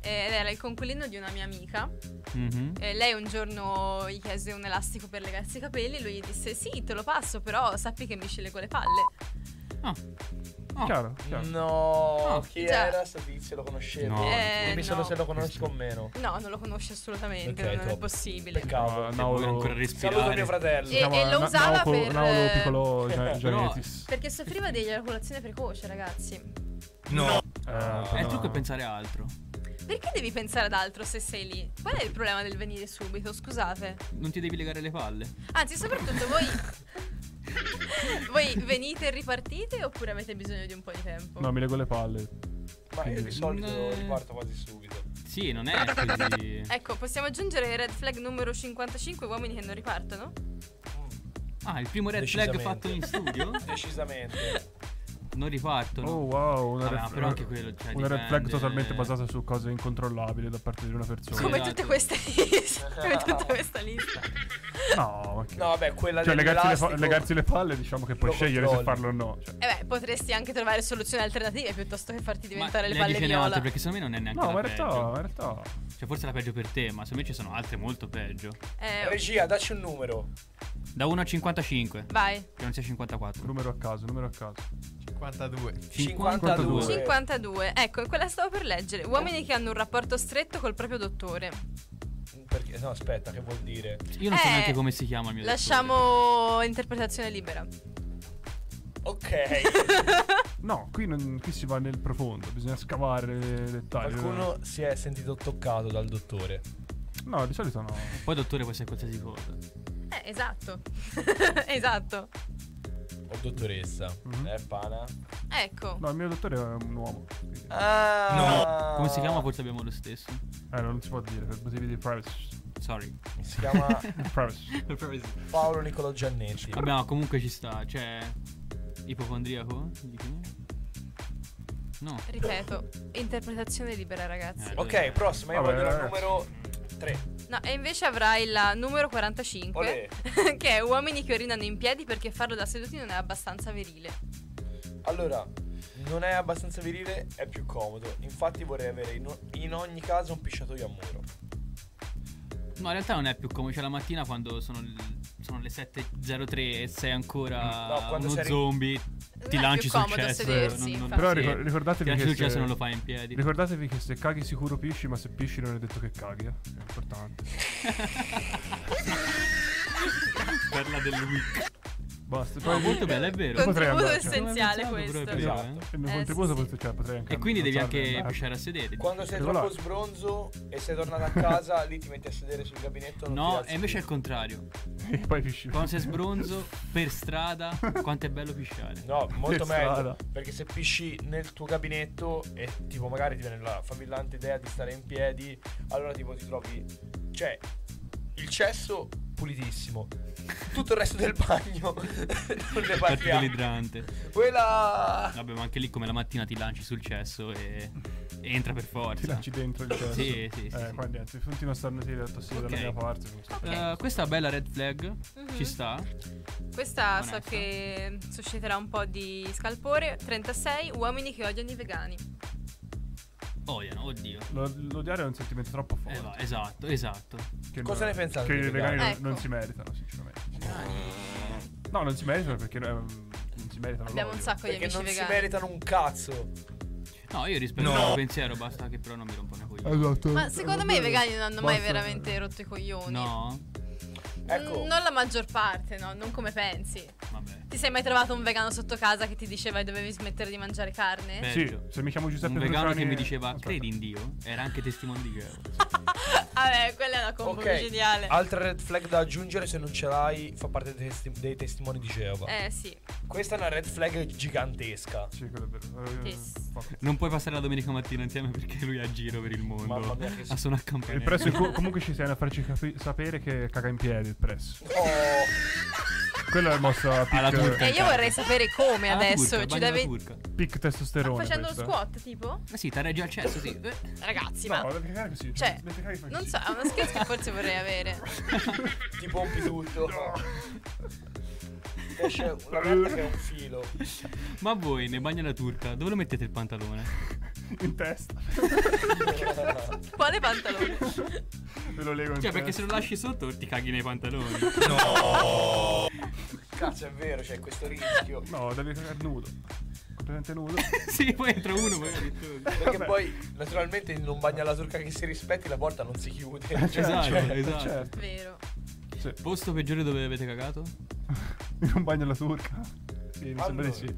Speaker 7: eh, ed era il conculino di una mia amica.
Speaker 6: Mhm.
Speaker 7: Eh, lei un giorno gli chiese un elastico per legarsi i capelli, lui gli disse sì, te lo passo, però sappi che mi scelgo le palle.
Speaker 6: Ah.
Speaker 4: Chiaro, chiaro.
Speaker 3: No,
Speaker 7: No.
Speaker 3: chi
Speaker 7: Già.
Speaker 3: era sto tizio? Lo conoscevo.
Speaker 4: Cioè. No.
Speaker 7: Eh,
Speaker 3: Dimmi solo
Speaker 7: no.
Speaker 3: se lo conosco o meno.
Speaker 7: No, non lo conosce assolutamente,
Speaker 3: Ok,
Speaker 7: non è
Speaker 3: top.
Speaker 7: possibile.
Speaker 3: Peccato.
Speaker 4: No, Vuole ancora
Speaker 6: respirare.
Speaker 3: Saluto mio fratello.
Speaker 7: E- e lo usava per, eh,
Speaker 4: piccolo Gia-
Speaker 6: Però-
Speaker 4: Gianetis.
Speaker 7: Perché soffriva di eiaculazione precoce, ragazzi.
Speaker 4: No.
Speaker 6: Eh, il trucco è pensare a altro.
Speaker 7: Perché devi pensare ad altro se sei lì? Qual è il problema del venire subito? Scusate.
Speaker 6: Non ti devi legare le palle.
Speaker 7: Anzi, soprattutto voi. voi venite e ripartite oppure avete bisogno di un po' di tempo?
Speaker 4: No, mi leggo le palle.
Speaker 3: Ma io
Speaker 4: Quindi-
Speaker 3: di solito
Speaker 6: Eh.
Speaker 3: riparto quasi subito.
Speaker 6: Sì, non è così.
Speaker 7: Ecco, possiamo aggiungere il red flag numero 55, uomini che non ripartono?
Speaker 6: Ah, il primo red flag
Speaker 3: Decisamente.
Speaker 6: fatto in studio?
Speaker 3: Decisamente.
Speaker 6: Non ripartono.
Speaker 4: Oh wow, una,
Speaker 6: Vabbè,
Speaker 4: red,
Speaker 6: ma però anche quello, cioè,
Speaker 4: una red flag
Speaker 6: dipende.
Speaker 4: totalmente basata su cose incontrollabili da parte di una persona.
Speaker 7: Come tutte queste liste. Come tutta questa lista.
Speaker 4: No, ma che-
Speaker 3: No, vabbè, quella
Speaker 4: cioè, legarsi le,
Speaker 3: dell'elastico-
Speaker 4: fa- legarsi le palle, diciamo che puoi
Speaker 3: lo
Speaker 4: scegliere se
Speaker 3: controlli.
Speaker 4: farlo o no. Cioè,
Speaker 7: E Eh beh, potresti anche trovare soluzioni alternative piuttosto che farti diventare le
Speaker 6: Lei
Speaker 7: palle
Speaker 6: dice ne
Speaker 7: viola.
Speaker 6: altre, perché secondo me non è neanche
Speaker 4: No,
Speaker 6: la
Speaker 4: ma in realtà-
Speaker 6: peggio.
Speaker 4: in realtà.
Speaker 6: Cioè, forse è la peggio per te, ma secondo me ci sono altre molto peggio.
Speaker 7: Eh,
Speaker 3: Regia, dacci un numero.
Speaker 6: Da 1 a 55.
Speaker 7: Vai.
Speaker 6: Che non sia 54.
Speaker 4: Numero a caso, numero a caso.
Speaker 15: 52.
Speaker 6: 52.
Speaker 7: 52. Ecco, quella stavo per leggere. Uomini che hanno un rapporto stretto col proprio dottore.
Speaker 3: Perché, no, aspetta, che vuol dire?
Speaker 6: Io non so
Speaker 7: Eh,
Speaker 6: neanche come si chiama il mio
Speaker 7: Lasciamo interpretazione libera.
Speaker 3: Ok.
Speaker 4: No, qui, non- qui si va nel profondo, bisogna scavare i dettagli.
Speaker 3: Qualcuno si è sentito toccato dal dottore.
Speaker 4: No, di solito no.
Speaker 6: dottore. Poi dottore può essere qualsiasi cosa.
Speaker 7: Eh, esatto. esatto.
Speaker 3: O dottoressa.
Speaker 4: Mhm.
Speaker 3: Eh, pana.
Speaker 7: Ecco.
Speaker 4: No, il mio dottore è un uomo. quindi-
Speaker 3: Ah.
Speaker 6: Come si chiama? Forse abbiamo lo stesso.
Speaker 4: Eh, non si può dire per motivi di privacy.
Speaker 6: Sorry.
Speaker 3: Si chiama
Speaker 6: Eh.
Speaker 4: privacy.
Speaker 3: Paolo Nicolò Giannetti.
Speaker 6: Vabbè, ma comunque ci sta. Cioè. Ipocondriaco? No.
Speaker 7: Ripeto, interpretazione libera, ragazzi.
Speaker 3: Ok, prossima, io
Speaker 6: Eh, Vabbè,
Speaker 3: voglio il
Speaker 6: ragazzi.
Speaker 3: numero 3.
Speaker 7: No, e invece avrai la numero 45,
Speaker 3: Olè.
Speaker 7: che è uomini che orinano in piedi perché farlo da seduti non è abbastanza virile.
Speaker 3: Allora, non è abbastanza virile, è più comodo. Infatti vorrei avere in, o- in ogni caso un pisciatoio a muro.
Speaker 6: No, in realtà non è più come c'è la mattina quando sono, l- sono le 7.03 e sei ancora
Speaker 3: No, quando
Speaker 6: uno
Speaker 3: sei ri-
Speaker 6: zombie. Ti
Speaker 3: è
Speaker 6: lanci
Speaker 3: più
Speaker 6: sul
Speaker 7: comodo
Speaker 6: cesso.
Speaker 7: sedersi,
Speaker 6: non- non-
Speaker 4: Però
Speaker 6: Ah, sì.
Speaker 4: ricor-
Speaker 6: Ti
Speaker 4: ricordatevi che
Speaker 6: lanci sul
Speaker 4: se-
Speaker 6: cesso e non lo fai in piedi.
Speaker 4: Ricordatevi che se caghi sicuro pisci, ma se pisci non è detto che caghi, eh. è importante.
Speaker 6: Perla del week.
Speaker 4: Basta,
Speaker 6: No, molto bella, è vero.
Speaker 4: Poi potrei
Speaker 7: Contributo
Speaker 4: andare, cioè.
Speaker 7: essenziale
Speaker 6: Non avevo pensato
Speaker 7: questo.
Speaker 6: proprio,
Speaker 4: Esatto.
Speaker 6: eh.
Speaker 4: Il mio
Speaker 7: Eh,
Speaker 4: contributo
Speaker 7: sì,
Speaker 4: potrei- cioè, potrei anche
Speaker 6: E quindi devi
Speaker 4: ammazzarne,
Speaker 6: anche
Speaker 4: eh.
Speaker 6: pisciare a sedere.
Speaker 3: Quando sei troppo
Speaker 6: Regolare.
Speaker 3: sbronzo e sei tornato a casa, lì ti metti a sedere sul gabinetto. Non ti
Speaker 6: No,
Speaker 3: alzi
Speaker 6: e invece è
Speaker 3: più.
Speaker 6: il contrario.
Speaker 4: E poi pisci.
Speaker 6: Quando sei sbronzo, per strada, quanto è bello pisciare.
Speaker 3: No, molto
Speaker 6: Per
Speaker 3: meglio.
Speaker 6: strada.
Speaker 3: Perché se pisci nel tuo gabinetto e tipo magari ti viene la favillante idea di stare in piedi, allora tipo ti trovi. Cioè, il cesso pulitissimo. Tutto il resto del bagno non ne
Speaker 6: Aspetta
Speaker 3: parliamo.
Speaker 6: dell'idrante.
Speaker 3: Quella.
Speaker 6: Vabbè, ma anche lì come la mattina ti lanci sul cesso e, e entra per forza.
Speaker 4: Ti lanci dentro il cesso.
Speaker 6: Sì, sì, sì.
Speaker 4: Eh,
Speaker 6: sì.
Speaker 4: qua niente, continua a starne sì, detto sì dalla
Speaker 6: Ok.
Speaker 4: mia parte. giusto.
Speaker 6: Eh, questa bella red flag ci sta.
Speaker 7: Questa so
Speaker 6: Onesta.
Speaker 7: che susciterà un po' di scalpore. 36 uomini che odiano i vegani.
Speaker 6: Odiano, Oh, oddio.
Speaker 4: Lo- L'odiare è un sentimento troppo forte.
Speaker 6: Eh, va, esatto, esatto.
Speaker 4: Che
Speaker 3: Cosa
Speaker 4: non-
Speaker 3: ne pensate
Speaker 4: Che
Speaker 3: dei
Speaker 4: i vegani non,
Speaker 3: vegani?
Speaker 4: non
Speaker 7: Ecco.
Speaker 4: si meritano, sinceramente. No, non si meritano perché ehm, non si meritano
Speaker 7: Abbiamo un
Speaker 4: l'odio.
Speaker 7: sacco di
Speaker 3: Perché
Speaker 7: amici
Speaker 3: non si
Speaker 7: vegani. Mm,
Speaker 3: meritano un cazzo.
Speaker 6: No, io rispetto il tuo pensiero, basta che però non mi rompono i coglioni.
Speaker 15: Ecco.
Speaker 4: Esatto.
Speaker 7: Ma secondo me i vegani non hanno mai
Speaker 6: Basta.
Speaker 7: veramente rotto i coglioni.
Speaker 6: No,
Speaker 3: Ecco.
Speaker 7: Mm, Non la maggior parte, no? Non come pensi.
Speaker 6: vabbè.
Speaker 7: Ti sei mai trovato un vegano sotto casa che ti diceva che dovevi smettere di mangiare carne?
Speaker 4: Sì,
Speaker 6: Peggio.
Speaker 4: se mi chiamo Giuseppe
Speaker 6: Un vegano che
Speaker 4: Frusciani-
Speaker 6: mi diceva
Speaker 4: Aspetta.
Speaker 6: credi in Dio era anche testimone di Geo.
Speaker 7: Vabbè, quella è una combo
Speaker 3: Ok,
Speaker 7: geniale.
Speaker 3: altra red flag da aggiungere se non ce l'hai fa parte dei, testi- dei testimoni di Geova.
Speaker 7: Eh sì.
Speaker 3: Questa è una red flag gigantesca.
Speaker 4: Sì, quello è vero. Eh,
Speaker 7: Yes.
Speaker 4: vabbè.
Speaker 6: Non puoi passare la domenica mattina insieme perché lui è a giro per il mondo.
Speaker 3: Mamma mia, che
Speaker 6: a suonare a
Speaker 4: Il
Speaker 6: campanello.
Speaker 4: press co- comunque ci siano a farci capi- sapere che caga in piedi il press.
Speaker 3: Oh,
Speaker 4: Quello è mossa
Speaker 6: Alla
Speaker 4: pic, eh,
Speaker 6: turca.
Speaker 7: E io vorrei sapere come
Speaker 3: Ah,
Speaker 6: Alla
Speaker 7: adesso.
Speaker 6: Ah, turca,
Speaker 7: Ci
Speaker 6: bagno alla
Speaker 7: deve...
Speaker 6: turca.
Speaker 4: pic testosterone.
Speaker 7: Facendo lo
Speaker 4: questo.
Speaker 7: squat, tipo?
Speaker 6: Ma sì, t'arreggi al cesso, sì. Eh,
Speaker 7: Ragazzi,
Speaker 4: No,
Speaker 7: ma.
Speaker 4: devi cagare così.
Speaker 7: Cioè,
Speaker 4: devi cagare così.
Speaker 7: non so, è uno scherzo che forse vorrei avere.
Speaker 3: Ti pompi tutto. Esce una carta che è un filo.
Speaker 6: Ma voi, nel bagno alla turca, dove lo mettete il pantalone?
Speaker 4: in testa.
Speaker 7: Quale pantalone?
Speaker 4: Ve lo leggo in
Speaker 6: Cioè, perché
Speaker 4: testa.
Speaker 6: se lo lasci sotto ti caghi nei pantaloni.
Speaker 4: No!
Speaker 3: Cazzo, è vero, c'è questo rischio.
Speaker 4: No, devi cagare nudo. Completamente nudo.
Speaker 6: sì, poi entra uno, poi
Speaker 3: Perché poi, naturalmente, in un bagno alla turca che si rispetti, la porta non si chiude. Cioè,
Speaker 6: esatto,
Speaker 3: cioè,
Speaker 6: esatto.
Speaker 3: certo.
Speaker 7: Vero.
Speaker 6: Posto peggiore dove avete cagato?
Speaker 4: In un bagno alla turca. Sì, mi sembra
Speaker 3: Allora.
Speaker 4: di sì.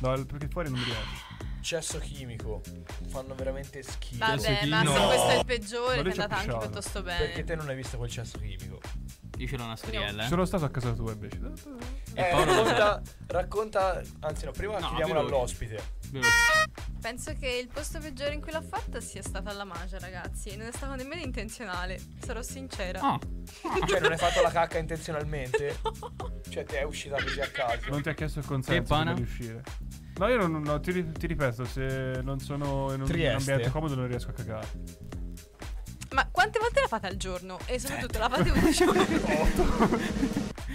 Speaker 4: No, perché fuori non mi riesce.
Speaker 3: Cesso chimico. Fanno veramente schifo.
Speaker 7: Vabbè, Cesso ma chimico? se questo è il peggiore,
Speaker 3: Ma
Speaker 7: ti
Speaker 3: lui
Speaker 7: è
Speaker 3: ci ha
Speaker 7: andata anche
Speaker 3: pushato.
Speaker 7: piuttosto bene.
Speaker 3: Perché te non hai visto quel cesso chimico?
Speaker 6: Io ce l'ho una storiella. eh.
Speaker 4: Sono stato a casa tua invece.
Speaker 3: Eh,
Speaker 6: Paolo-
Speaker 3: racconta, racconta, anzi no, prima
Speaker 6: No,
Speaker 3: chiediamolo
Speaker 6: veloce.
Speaker 3: all'ospite.
Speaker 7: Penso che il posto peggiore in cui l'ho fatta sia stata alla Magia, ragazzi. Non è stato nemmeno intenzionale, sarò sincera.
Speaker 6: Ah.
Speaker 3: Cioè, non hai fatto la cacca intenzionalmente? Cioè, ti è uscita così a caso.
Speaker 4: Non ti ha chiesto il consenso
Speaker 3: pana?
Speaker 4: prima di uscire. No, io non, no, ti, ri- ti ripeto, se non sono in un,
Speaker 3: Trieste.
Speaker 4: ambiente comodo non riesco a cagare.
Speaker 7: Ma quante volte la fate al giorno? E soprattutto la fate 11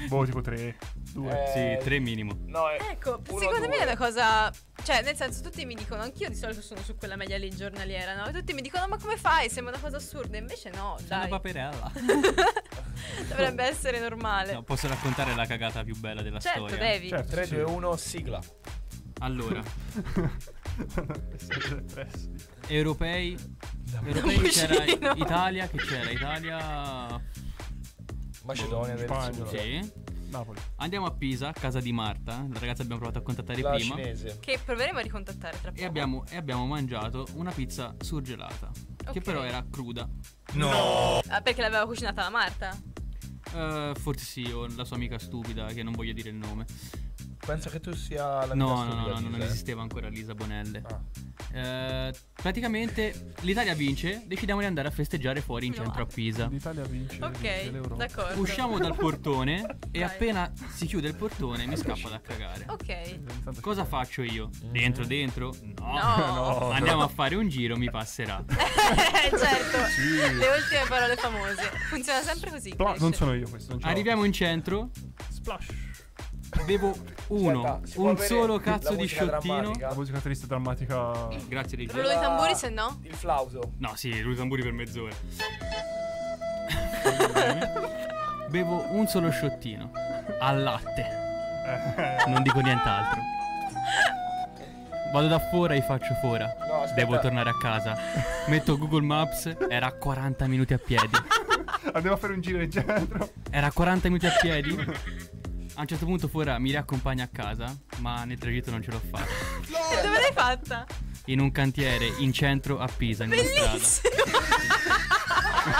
Speaker 4: boh, tipo tre, due.
Speaker 3: Eh,
Speaker 6: Sì, tre minimo.
Speaker 3: No, è...
Speaker 7: Ecco, secondo me è una cosa. Cioè, nel senso, tutti mi dicono, anch'io di solito sono su quella media lì giornaliera, no? E tutti mi dicono, ma come fai? Sembra una cosa assurda. Invece no,
Speaker 6: Una
Speaker 7: dai.
Speaker 6: paperella.
Speaker 7: Dovrebbe essere normale.
Speaker 6: No, posso raccontare la cagata più bella della
Speaker 7: Certo,
Speaker 6: storia?
Speaker 7: devi. Certo,
Speaker 3: 3, 2, 1, sigla.
Speaker 6: Allora,
Speaker 4: Sì.
Speaker 6: europei. Europei c'era Italia, che c'era? Italia.
Speaker 3: Macedonia del Sud.
Speaker 6: Sì.
Speaker 4: Napoli.
Speaker 6: Andiamo a Pisa, casa di Marta. La ragazza abbiamo provato a contattare
Speaker 3: La
Speaker 6: prima.
Speaker 3: cinese.
Speaker 7: Che proveremo a ricontattare tra poco.
Speaker 6: E abbiamo, e abbiamo mangiato una pizza surgelata. Che
Speaker 7: Ok.
Speaker 6: però era cruda.
Speaker 7: Ah, perché l'aveva cucinata la Marta?
Speaker 6: Eh, forse sì, o la sua amica stupida, che non voglio dire il nome.
Speaker 3: Penso che tu sia la
Speaker 6: No,
Speaker 3: mia
Speaker 6: no, no,
Speaker 3: stupida,
Speaker 6: no, non
Speaker 3: Lisa, eh. Ah.
Speaker 6: esisteva ancora Lisa Bonelle. Eh, praticamente l'Italia vince, decidiamo di andare a festeggiare fuori in centro a Pisa.
Speaker 4: L'Italia vince.
Speaker 7: Ok, d'accordo.
Speaker 6: Usciamo dal portone e appena si chiude il portone mi scappa da cagare.
Speaker 7: Ok.
Speaker 6: Cosa faccio io? Dentro, dentro? No.
Speaker 7: No. No.
Speaker 6: Andiamo a fare un giro, mi passerà.
Speaker 7: certo.
Speaker 6: Sì.
Speaker 7: Le ultime parole famose. Funziona sempre così.
Speaker 4: Pla- non sono io questo, non ce l'ho.
Speaker 6: Arriviamo in centro. Splash. Bevo uno,
Speaker 4: si può
Speaker 6: un
Speaker 4: avere
Speaker 6: solo
Speaker 4: la
Speaker 6: cazzo di
Speaker 4: musica
Speaker 6: sciottino.
Speaker 4: drammatica? La musica triste drammatica.
Speaker 7: Mm.
Speaker 6: Grazie Ricky.
Speaker 7: Rullo di tamburi, se no?
Speaker 3: Il flauto.
Speaker 6: No, sì, lui tamburi per mezz'ora. Bevo un solo sciottino al latte. Non dico nient'altro. Vado da fora e faccio fora.
Speaker 3: aspetta.
Speaker 6: Devo tornare a casa. Metto Google Maps, era 40 minuti a piedi.
Speaker 4: Andiamo a fare un giro in centro.
Speaker 6: Era 40 minuti a piedi. A un certo punto fuori mi riaccompagna a casa, ma nel tragitto non ce l'ho fatta.
Speaker 7: E dove l'hai fatta?
Speaker 6: In un cantiere in centro a Pisa, in una strada.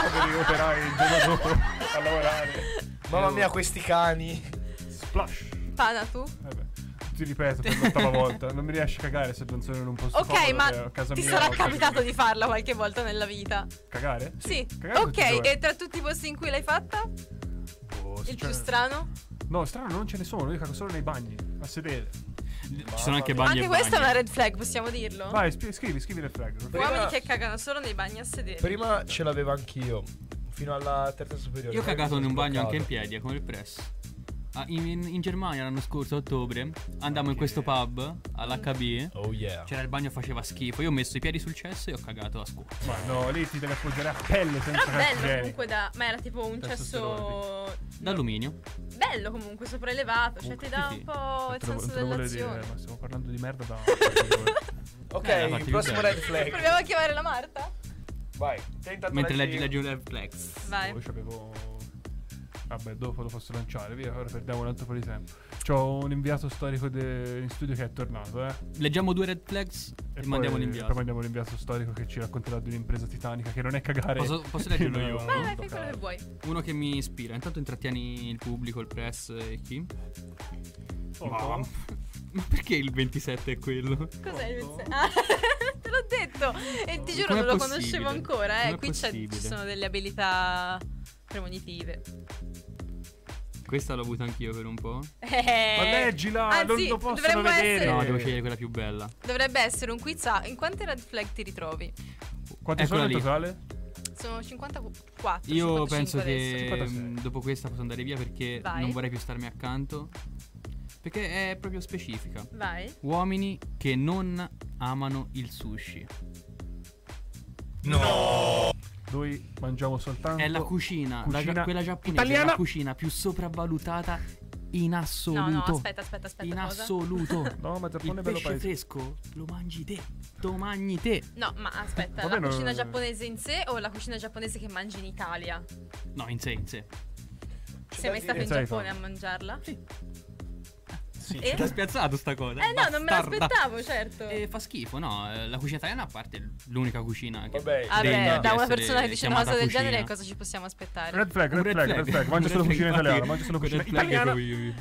Speaker 4: Poveri operai il giorno dopo a lavorare.
Speaker 3: Mamma mia, questi cani.
Speaker 4: Splash.
Speaker 7: Pana tu?
Speaker 4: Eh Ti ripeto per l'ottava volta, non mi riesci a cagare se non sono in un posto
Speaker 7: Ok,
Speaker 4: comodo,
Speaker 7: ma
Speaker 4: che è eh, a casa
Speaker 7: ti
Speaker 4: mia,
Speaker 7: sarà
Speaker 4: o a casa
Speaker 7: capitato di farla qualche volta nella vita.
Speaker 4: Cagare?
Speaker 7: Sì.
Speaker 4: Cagare
Speaker 7: ok,
Speaker 4: tutti i giorni.
Speaker 7: e tra tutti i posti in cui l'hai fatta?
Speaker 6: Oh,
Speaker 7: il più strano?
Speaker 4: No, strano, non ce ne sono, io cago solo nei bagni, a sedere.
Speaker 6: Ci sono anche bagni
Speaker 7: Anche questa è una red flag, possiamo dirlo?
Speaker 4: Vai, spi- scrivi, scrivi le flag.
Speaker 7: Uomini che cagano solo nei bagni a sedere.
Speaker 3: Prima ce l'avevo anch'io, fino alla terza superiore.
Speaker 6: Io ho
Speaker 3: Poi
Speaker 6: cagato
Speaker 3: mi
Speaker 6: in
Speaker 3: sono
Speaker 6: un bagno anche in
Speaker 3: sbloccato.
Speaker 6: piedi, eh, come il press. Ah, in, in Germania l'anno scorso, a ottobre, andammo in questo pub all'HB.
Speaker 3: Oh yeah.
Speaker 6: C'era il bagno faceva schifo. Io ho messo i piedi sul cesso e ho cagato a scuola.
Speaker 4: Ma no, lì ti devi appoggiare a pelle senza
Speaker 7: Però bello
Speaker 4: cagare.
Speaker 7: comunque da... Ma era tipo un
Speaker 6: Testo
Speaker 7: cesso...
Speaker 6: D'alluminio.
Speaker 7: Bello comunque, sopraelevato. Cioè ti dà un po' il
Speaker 4: Te lo,
Speaker 7: senso
Speaker 4: te lo volevo
Speaker 7: dell'azione.
Speaker 4: dire, eh. ma stiamo parlando di merda da...
Speaker 3: Ok,
Speaker 6: Eh, la
Speaker 3: il
Speaker 6: fatti
Speaker 3: prossimo
Speaker 6: vedere.
Speaker 3: red flag.
Speaker 7: Proviamo a chiamare la Marta?
Speaker 3: Vai, tenta
Speaker 6: Mentre leggi la Julia Flex.
Speaker 7: Vai.
Speaker 4: Poi c'avevo... Vabbè, dopo lo posso lanciare, via, ora perdiamo un altro po' di tempo. C'ho un inviato storico de- in studio che è tornato, eh.
Speaker 6: Leggiamo due red flags e,
Speaker 4: poi-
Speaker 6: mandiamo
Speaker 4: Poi
Speaker 6: l'inviato.
Speaker 4: mandiamo l'inviato storico che ci racconterà di un'impresa titanica che non è cagare.
Speaker 6: Posso, posso leggerlo
Speaker 4: in
Speaker 6: io?
Speaker 4: un-
Speaker 7: Vai, vai, fai quello che vuoi.
Speaker 6: Uno che mi ispira. Intanto intrattieni il pubblico, il press e chi? Ma, ma perché il 27 è quello?
Speaker 7: Cos'è il pensiero? Ah, te l'ho detto! E ti giuro,
Speaker 6: Com'è
Speaker 7: non lo
Speaker 6: possibile?
Speaker 7: conoscevo ancora. Eh.
Speaker 6: Com'è
Speaker 7: Qui c'è-
Speaker 6: possibile?
Speaker 7: ci sono delle abilità premonitive.
Speaker 6: Questa l'ho avuta anch'io per un po'.
Speaker 7: Eh.
Speaker 4: Ma leggila, non
Speaker 7: Anzi,
Speaker 4: lo possono
Speaker 7: dovremmo
Speaker 4: vedere.
Speaker 7: essere-
Speaker 6: No, devo scegliere quella più bella.
Speaker 7: Dovrebbe essere un quiz a in quante red flag ti ritrovi?
Speaker 4: Quanti
Speaker 6: Eccola
Speaker 4: sono in
Speaker 6: lì.
Speaker 4: totale?
Speaker 7: Sono 54.
Speaker 6: Io
Speaker 7: 55
Speaker 6: penso
Speaker 7: adesso.
Speaker 6: che mm, dopo questa posso andare via perché
Speaker 7: Vai.
Speaker 6: non vorrei più starmi accanto. Perché è proprio specifica.
Speaker 7: Vai.
Speaker 6: Uomini che non amano il sushi.
Speaker 4: No! Noi mangiamo soltanto.
Speaker 6: È la cucina, la-
Speaker 4: cucina
Speaker 6: quella giapponese, è
Speaker 4: italiana.
Speaker 6: la cucina più sopravvalutata in assoluto.
Speaker 7: No, no, aspetta, aspetta, aspetta.
Speaker 6: In
Speaker 7: cosa?
Speaker 6: assoluto.
Speaker 4: No, ma Giappone
Speaker 6: il
Speaker 4: è bello
Speaker 6: pesce
Speaker 4: paese.
Speaker 6: fresco lo mangi te. Lo mangi te.
Speaker 7: No, ma aspetta,
Speaker 6: Vabbè,
Speaker 7: la
Speaker 6: no, no,
Speaker 7: cucina
Speaker 6: no.
Speaker 7: giapponese in sé o la cucina giapponese che mangi in Italia?
Speaker 6: No, in sé, in sé.
Speaker 7: Sei mai stato in
Speaker 6: Sai,
Speaker 7: Giappone a
Speaker 6: Paolo.
Speaker 7: mangiarla?
Speaker 6: Sì,
Speaker 7: Eh?
Speaker 6: ti ha spiazzato sta cosa.
Speaker 7: Eh no, non me
Speaker 6: bastarda.
Speaker 7: l'aspettavo, certo.
Speaker 6: Eh, fa schifo, no? eh, La cucina italiana, a parte è l'unica cucina che.
Speaker 3: Vabbè,
Speaker 6: degna di
Speaker 7: Vabbè, da una
Speaker 6: essere
Speaker 7: persona che dice una
Speaker 6: chiamata
Speaker 7: cosa del
Speaker 6: cucina.
Speaker 7: genere, cosa ci possiamo aspettare?
Speaker 4: Red flag, red flag, red flag. Mangia
Speaker 6: Un
Speaker 4: solo
Speaker 6: red
Speaker 4: cucina
Speaker 6: flag,
Speaker 4: italiana.
Speaker 6: infatti,
Speaker 4: Mangia solo
Speaker 6: un
Speaker 4: cucina
Speaker 6: red flag
Speaker 4: italiana.
Speaker 6: proprio io.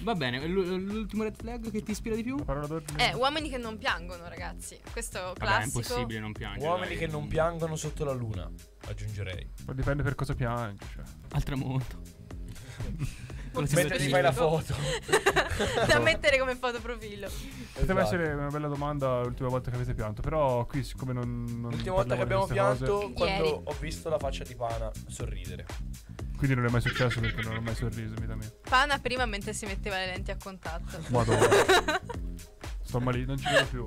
Speaker 6: Va bene, l- l'ultimo red flag che ti ispira di più?
Speaker 7: Eh, uomini che non piangono, ragazzi. Questo
Speaker 6: Vabbè, è
Speaker 7: classico.
Speaker 6: impossibile non piangere.
Speaker 3: Uomini
Speaker 6: dai.
Speaker 3: che non piangono sotto la luna, aggiungerei.
Speaker 4: Ma dipende per cosa piangi. Cioè.
Speaker 6: Al tramonto. Con la
Speaker 3: Mentre ti
Speaker 6: situazione.
Speaker 3: fai la foto.
Speaker 7: da mettere come fotoprofilo.
Speaker 3: Esatto.
Speaker 4: Poteva essere una bella domanda l'ultima volta che avete pianto. Però qui, siccome non. non
Speaker 3: L'ultima volta che
Speaker 4: parliamo
Speaker 3: abbiamo
Speaker 4: di queste
Speaker 3: pianto,
Speaker 4: cose,
Speaker 3: quando
Speaker 7: Ieri.
Speaker 3: ho visto la faccia di Pana sorridere.
Speaker 4: Quindi non è mai successo perché non ho mai sorriso, vita mia.
Speaker 7: Pana prima mentre si metteva le lenti a contatto. Ecco,
Speaker 4: Madonna. Sto male, non ci vedo più.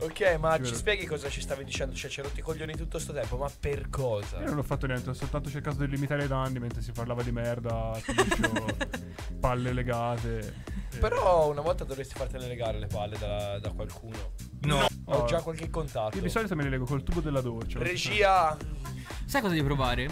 Speaker 3: Ok, ma ci
Speaker 4: Ci vedo.
Speaker 3: spieghi cosa ci stavi dicendo? Cioè, ci hai rotto i coglioni tutto sto tempo, ma per cosa?
Speaker 4: Io non ho fatto niente, ho soltanto cercato di limitare i danni mentre si parlava di merda, ticcio, palle legate. Eh, e-
Speaker 3: Però una volta dovresti fartele legare le palle da, da qualcuno. No. Ho già qualche contatto.
Speaker 4: Io di solito me le lego col tubo della doccia.
Speaker 3: Regia.
Speaker 6: Sai cosa devi provare?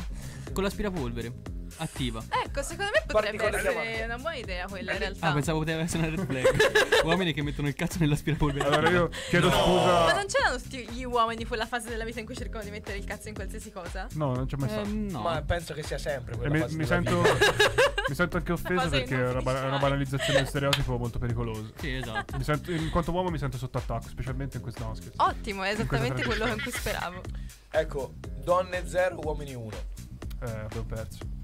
Speaker 6: Con l'aspirapolvere. Attiva.
Speaker 7: Ecco, secondo me
Speaker 3: Parti
Speaker 7: potrebbe
Speaker 3: con le
Speaker 7: essere una buona idea quella in realtà.
Speaker 6: Ah, pensavo poteva essere una red flag. Uomini che mettono il cazzo nell'aspirapolvere. Eh,
Speaker 4: Allora io chiedo scusa.
Speaker 7: Ma non c'erano tutti gli uomini quella fase della vita in cui cercavano di mettere il cazzo in qualsiasi cosa?
Speaker 4: No, non c'è mai stato.
Speaker 6: Ehm, no.
Speaker 3: Ma penso che sia sempre
Speaker 4: E
Speaker 3: quella
Speaker 4: mi,
Speaker 3: fase
Speaker 4: mi
Speaker 3: della
Speaker 4: sento,
Speaker 3: vita.
Speaker 4: mi sento anche offeso
Speaker 7: fase che
Speaker 4: perché
Speaker 7: non
Speaker 4: è una, ba-
Speaker 7: finisce
Speaker 4: una
Speaker 7: mai.
Speaker 4: banalizzazione di stereotipo molto pericolosa.
Speaker 6: Sì, esatto.
Speaker 4: Mi sento- in quanto uomo mi sento sotto attacco, specialmente in questo no, scherzo.
Speaker 7: Ottimo, è
Speaker 4: In questa
Speaker 7: esattamente quello in
Speaker 4: tradizione.
Speaker 7: cui speravo.
Speaker 3: Ecco, donne 0, uomini 1.
Speaker 4: Eh, abbiamo perso.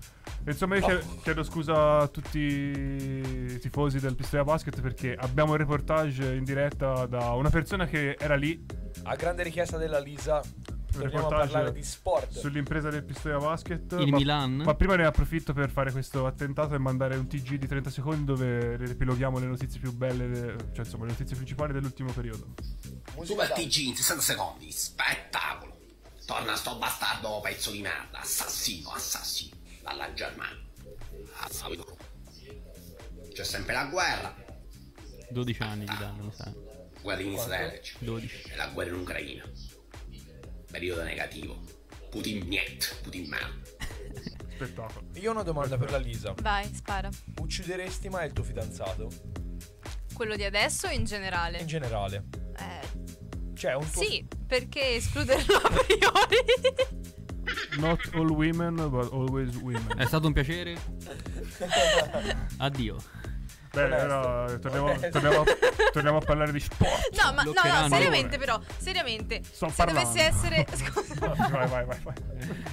Speaker 4: Insomma, io chiedo- chiedo scusa a tutti i tifosi del Pistoia Basket perché abbiamo un reportage in diretta da una persona che era lì.
Speaker 3: A grande richiesta della Lisa,
Speaker 4: Un
Speaker 3: torniamo a
Speaker 4: reportage
Speaker 3: parlare di sport.
Speaker 4: Sull'impresa del Pistoia Basket.
Speaker 6: Il
Speaker 4: ma,
Speaker 6: Milan.
Speaker 4: Ma prima ne approfitto per fare questo attentato e mandare un TG di 30 secondi dove riepiloghiamo le notizie più belle, cioè insomma le notizie principali dell'ultimo periodo.
Speaker 14: Super TG in 60 secondi, spettacolo. Torna sto bastardo pezzo di merda, assassino, assassino, dalla Germania. Assassino. C'è sempre la guerra,
Speaker 6: 12 anni gli danno, mi sa.
Speaker 14: guerra in Israele,
Speaker 6: 12.
Speaker 14: c'è la guerra in Ucraina. Periodo negativo. Putin niet, Putin merda.
Speaker 4: Spettacolo.
Speaker 3: Io ho una domanda per la Lisa.
Speaker 7: Vai, spara.
Speaker 3: Uccideresti mai il tuo fidanzato?
Speaker 7: Quello di adesso in generale?
Speaker 3: In generale.
Speaker 7: Eh,
Speaker 3: Cioè, un tuo
Speaker 7: sì, perché escluderlo a priori?
Speaker 4: Not all women, but always women.
Speaker 6: È stato un piacere. Addio.
Speaker 4: Beh, allora, torniamo, torniamo- torniamo a parlare di sport.
Speaker 7: No, ma no, no,
Speaker 6: Bloccheranno.
Speaker 7: seriamente però, seriamente,
Speaker 4: Sto
Speaker 7: se
Speaker 4: parlando.
Speaker 7: dovesse essere... Scusa,
Speaker 4: vai, vai, vai, vai.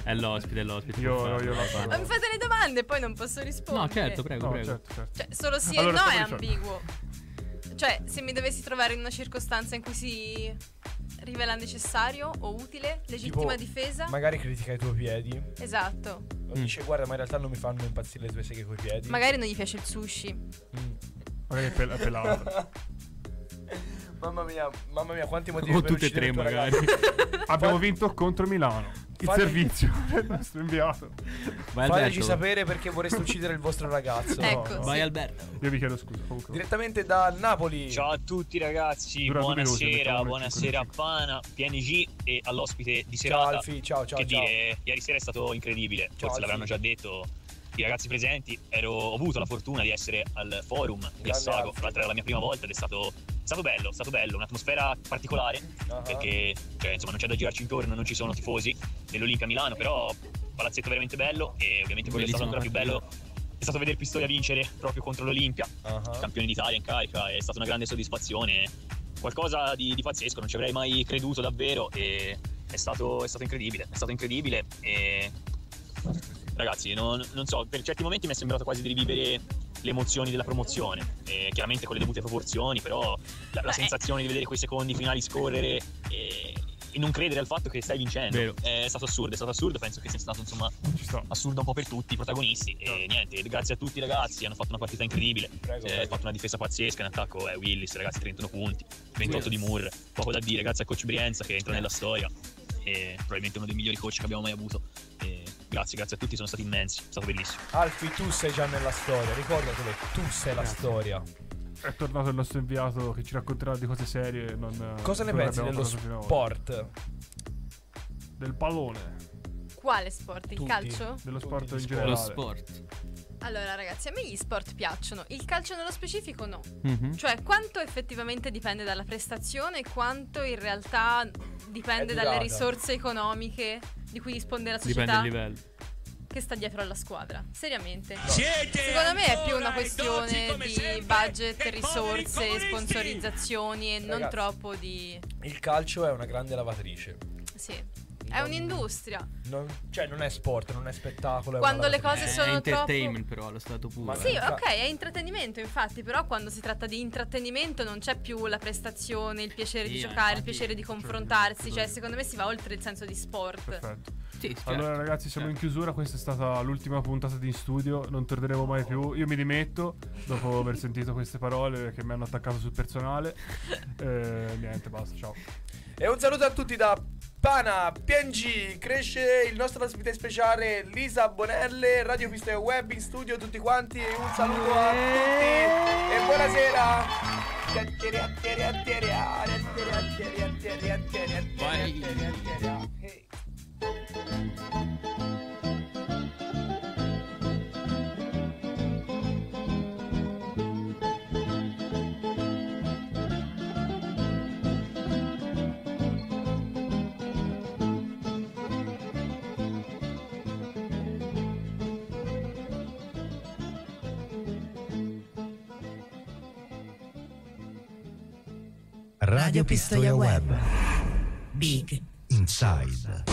Speaker 6: È l'ospite, è l'ospite.
Speaker 4: Io-
Speaker 6: può
Speaker 4: io-
Speaker 6: farlo,
Speaker 4: io lascio.
Speaker 6: va
Speaker 7: ma
Speaker 6: bene.
Speaker 7: mi fate le domande e poi non posso rispondere.
Speaker 6: No, certo, prego,
Speaker 4: No,
Speaker 6: prego.
Speaker 4: certo, certo.
Speaker 7: Cioè, solo sì
Speaker 4: Allora,
Speaker 7: e no è
Speaker 4: stiamo dicendo.
Speaker 7: ambiguo. Cioè, se mi dovessi trovare in una circostanza in cui si rivela necessario o utile, legittima
Speaker 3: Tipo,
Speaker 7: difesa...
Speaker 3: Magari critica i tuoi piedi.
Speaker 7: Esatto.
Speaker 3: O dice, guarda, ma in realtà non mi fanno impazzire le tue seghe coi piedi.
Speaker 7: Magari non gli piace il sushi.
Speaker 3: Mm.
Speaker 4: Magari è pel- è pelato.
Speaker 3: Mamma mia, mamma mia, quanti motivi
Speaker 6: O
Speaker 3: per
Speaker 6: tutte Oh, e tre
Speaker 3: uccidere il tuo
Speaker 6: magari.
Speaker 3: ragazzo.
Speaker 4: Abbiamo vinto contro Milano. Il
Speaker 3: Fate-
Speaker 4: servizio del nostro inviato.
Speaker 6: Vai
Speaker 3: Fateci
Speaker 6: Alberto.
Speaker 3: sapere perché vorreste uccidere il vostro ragazzo.
Speaker 7: Ecco,
Speaker 6: Vai Alberto.
Speaker 4: Io vi chiedo scusa. Comunque.
Speaker 3: Direttamente da Napoli.
Speaker 15: Ciao a tutti ragazzi,
Speaker 4: Dura due minuti,
Speaker 15: buonasera,
Speaker 4: mettiamo
Speaker 15: buonasera a Pana, PNG e all'ospite di serata.
Speaker 3: Ciao, Alfi, ciao, ciao,
Speaker 15: che
Speaker 3: ciao.
Speaker 15: dire, ieri sera è stato incredibile, forse
Speaker 3: Alfi.
Speaker 15: l'avranno già detto i ragazzi presenti, Ero- ho avuto la fortuna di essere al forum di Assago,
Speaker 3: Alfi.
Speaker 15: tra l'altro era la mia prima volta ed è stato, è stato bello, è stato bello, un'atmosfera particolare
Speaker 3: Ah,
Speaker 15: perché cioè, insomma, non c'è da girarci intorno, non ci sono tifosi dell'Olimpica Milano, però palazzetto veramente bello e ovviamente quello
Speaker 6: Bellissima
Speaker 15: è stato ancora più bello.
Speaker 6: partita.
Speaker 15: È stato vedere Pistoia vincere proprio contro l'Olimpia,
Speaker 3: ah, ah.
Speaker 15: campione d'Italia in carica, è stata una grande soddisfazione, qualcosa di, di pazzesco, non ci avrei mai creduto davvero e è stato, è stato incredibile, è stato incredibile e ragazzi non, non so, per certi momenti mi è sembrato quasi di rivivere le emozioni della promozione, e chiaramente con le dovute proporzioni, però la, la
Speaker 7: Beh.
Speaker 15: sensazione di vedere quei secondi finali scorrere e, e non eh, credere al fatto che stai vincendo Eh,
Speaker 6: Vero.
Speaker 15: è stato assurdo, è stato assurdo, penso che sia stato insomma
Speaker 4: Ci sto.
Speaker 15: assurdo un po' per tutti i protagonisti e niente grazie a tutti i ragazzi hanno fatto una partita incredibile
Speaker 3: Prego,
Speaker 15: Eh,
Speaker 3: prego.
Speaker 15: hanno fatto una difesa pazzesca in attacco è Willis ragazzi 31 punti 28 di Moore, poco da dire, grazie a Coach Brienza che entra nella storia e probabilmente uno dei migliori coach che abbiamo mai avuto. E grazie, grazie a tutti, sono stati immensi, è stato bellissimo.
Speaker 3: Alfi, tu sei già nella storia, ricordatelo, tu sei la storia.
Speaker 4: È tornato il nostro inviato che ci racconterà di cose serie. Non,
Speaker 3: Cosa ne
Speaker 4: quello
Speaker 3: pensi
Speaker 4: che abbiamo
Speaker 3: dello
Speaker 4: parlato fino ad ora.
Speaker 3: sport?
Speaker 4: Del pallone.
Speaker 7: Quale sport? Il
Speaker 4: Tutti.
Speaker 7: calcio?
Speaker 4: Dello sport in generale.
Speaker 6: Lo sport.
Speaker 7: Allora ragazzi, a me gli sport piacciono, il calcio nello specifico no. Cioè, quanto effettivamente dipende dalla prestazione e quanto in realtà dipende
Speaker 6: È
Speaker 7: dalle
Speaker 6: durata.
Speaker 7: risorse economiche di cui dispone la
Speaker 6: Dipende dal
Speaker 7: società
Speaker 6: livello.
Speaker 7: che sta dietro alla squadra. Seriamente. Secondo me è più una questione di budget, risorse, sponsorizzazioni e non
Speaker 3: Ragazzi.
Speaker 7: troppo di...
Speaker 3: Il calcio è una grande lavatrice.
Speaker 7: Sì, è un'industria.
Speaker 3: Non- cioè, non è sport, non è spettacolo. è una
Speaker 7: Quando le cose
Speaker 3: lavatrice.
Speaker 7: sono
Speaker 6: Eh, È entertainment però allo stato puro.
Speaker 7: Sì, ok, è intrattenimento, infatti, però quando si tratta di intrattenimento non c'è più la prestazione, il piacere di
Speaker 6: Sì, eh,
Speaker 7: giocare, il
Speaker 6: infatti,
Speaker 7: piacere di
Speaker 6: cioè,
Speaker 7: confrontarsi,
Speaker 4: quello
Speaker 7: cioè
Speaker 4: lì.
Speaker 7: secondo me si va oltre il senso di sport.
Speaker 4: Perfetto.
Speaker 6: Sì,
Speaker 3: Certo,
Speaker 6: certo.
Speaker 4: Allora ragazzi siamo in chiusura, questa è stata l'ultima puntata di In studio, non torneremo mai più, io mi dimetto dopo aver sentito queste parole che mi hanno attaccato sul personale, Eh, niente basta, ciao.
Speaker 3: E un saluto a tutti da Pana, PNG, cresce il nostro ospite speciale Lisa Bonelle, Radio Pistoia Web in studio, tutti quanti. Un saluto a tutti e buonasera.
Speaker 13: Radio Pistoia Web.
Speaker 9: Big
Speaker 13: Inside.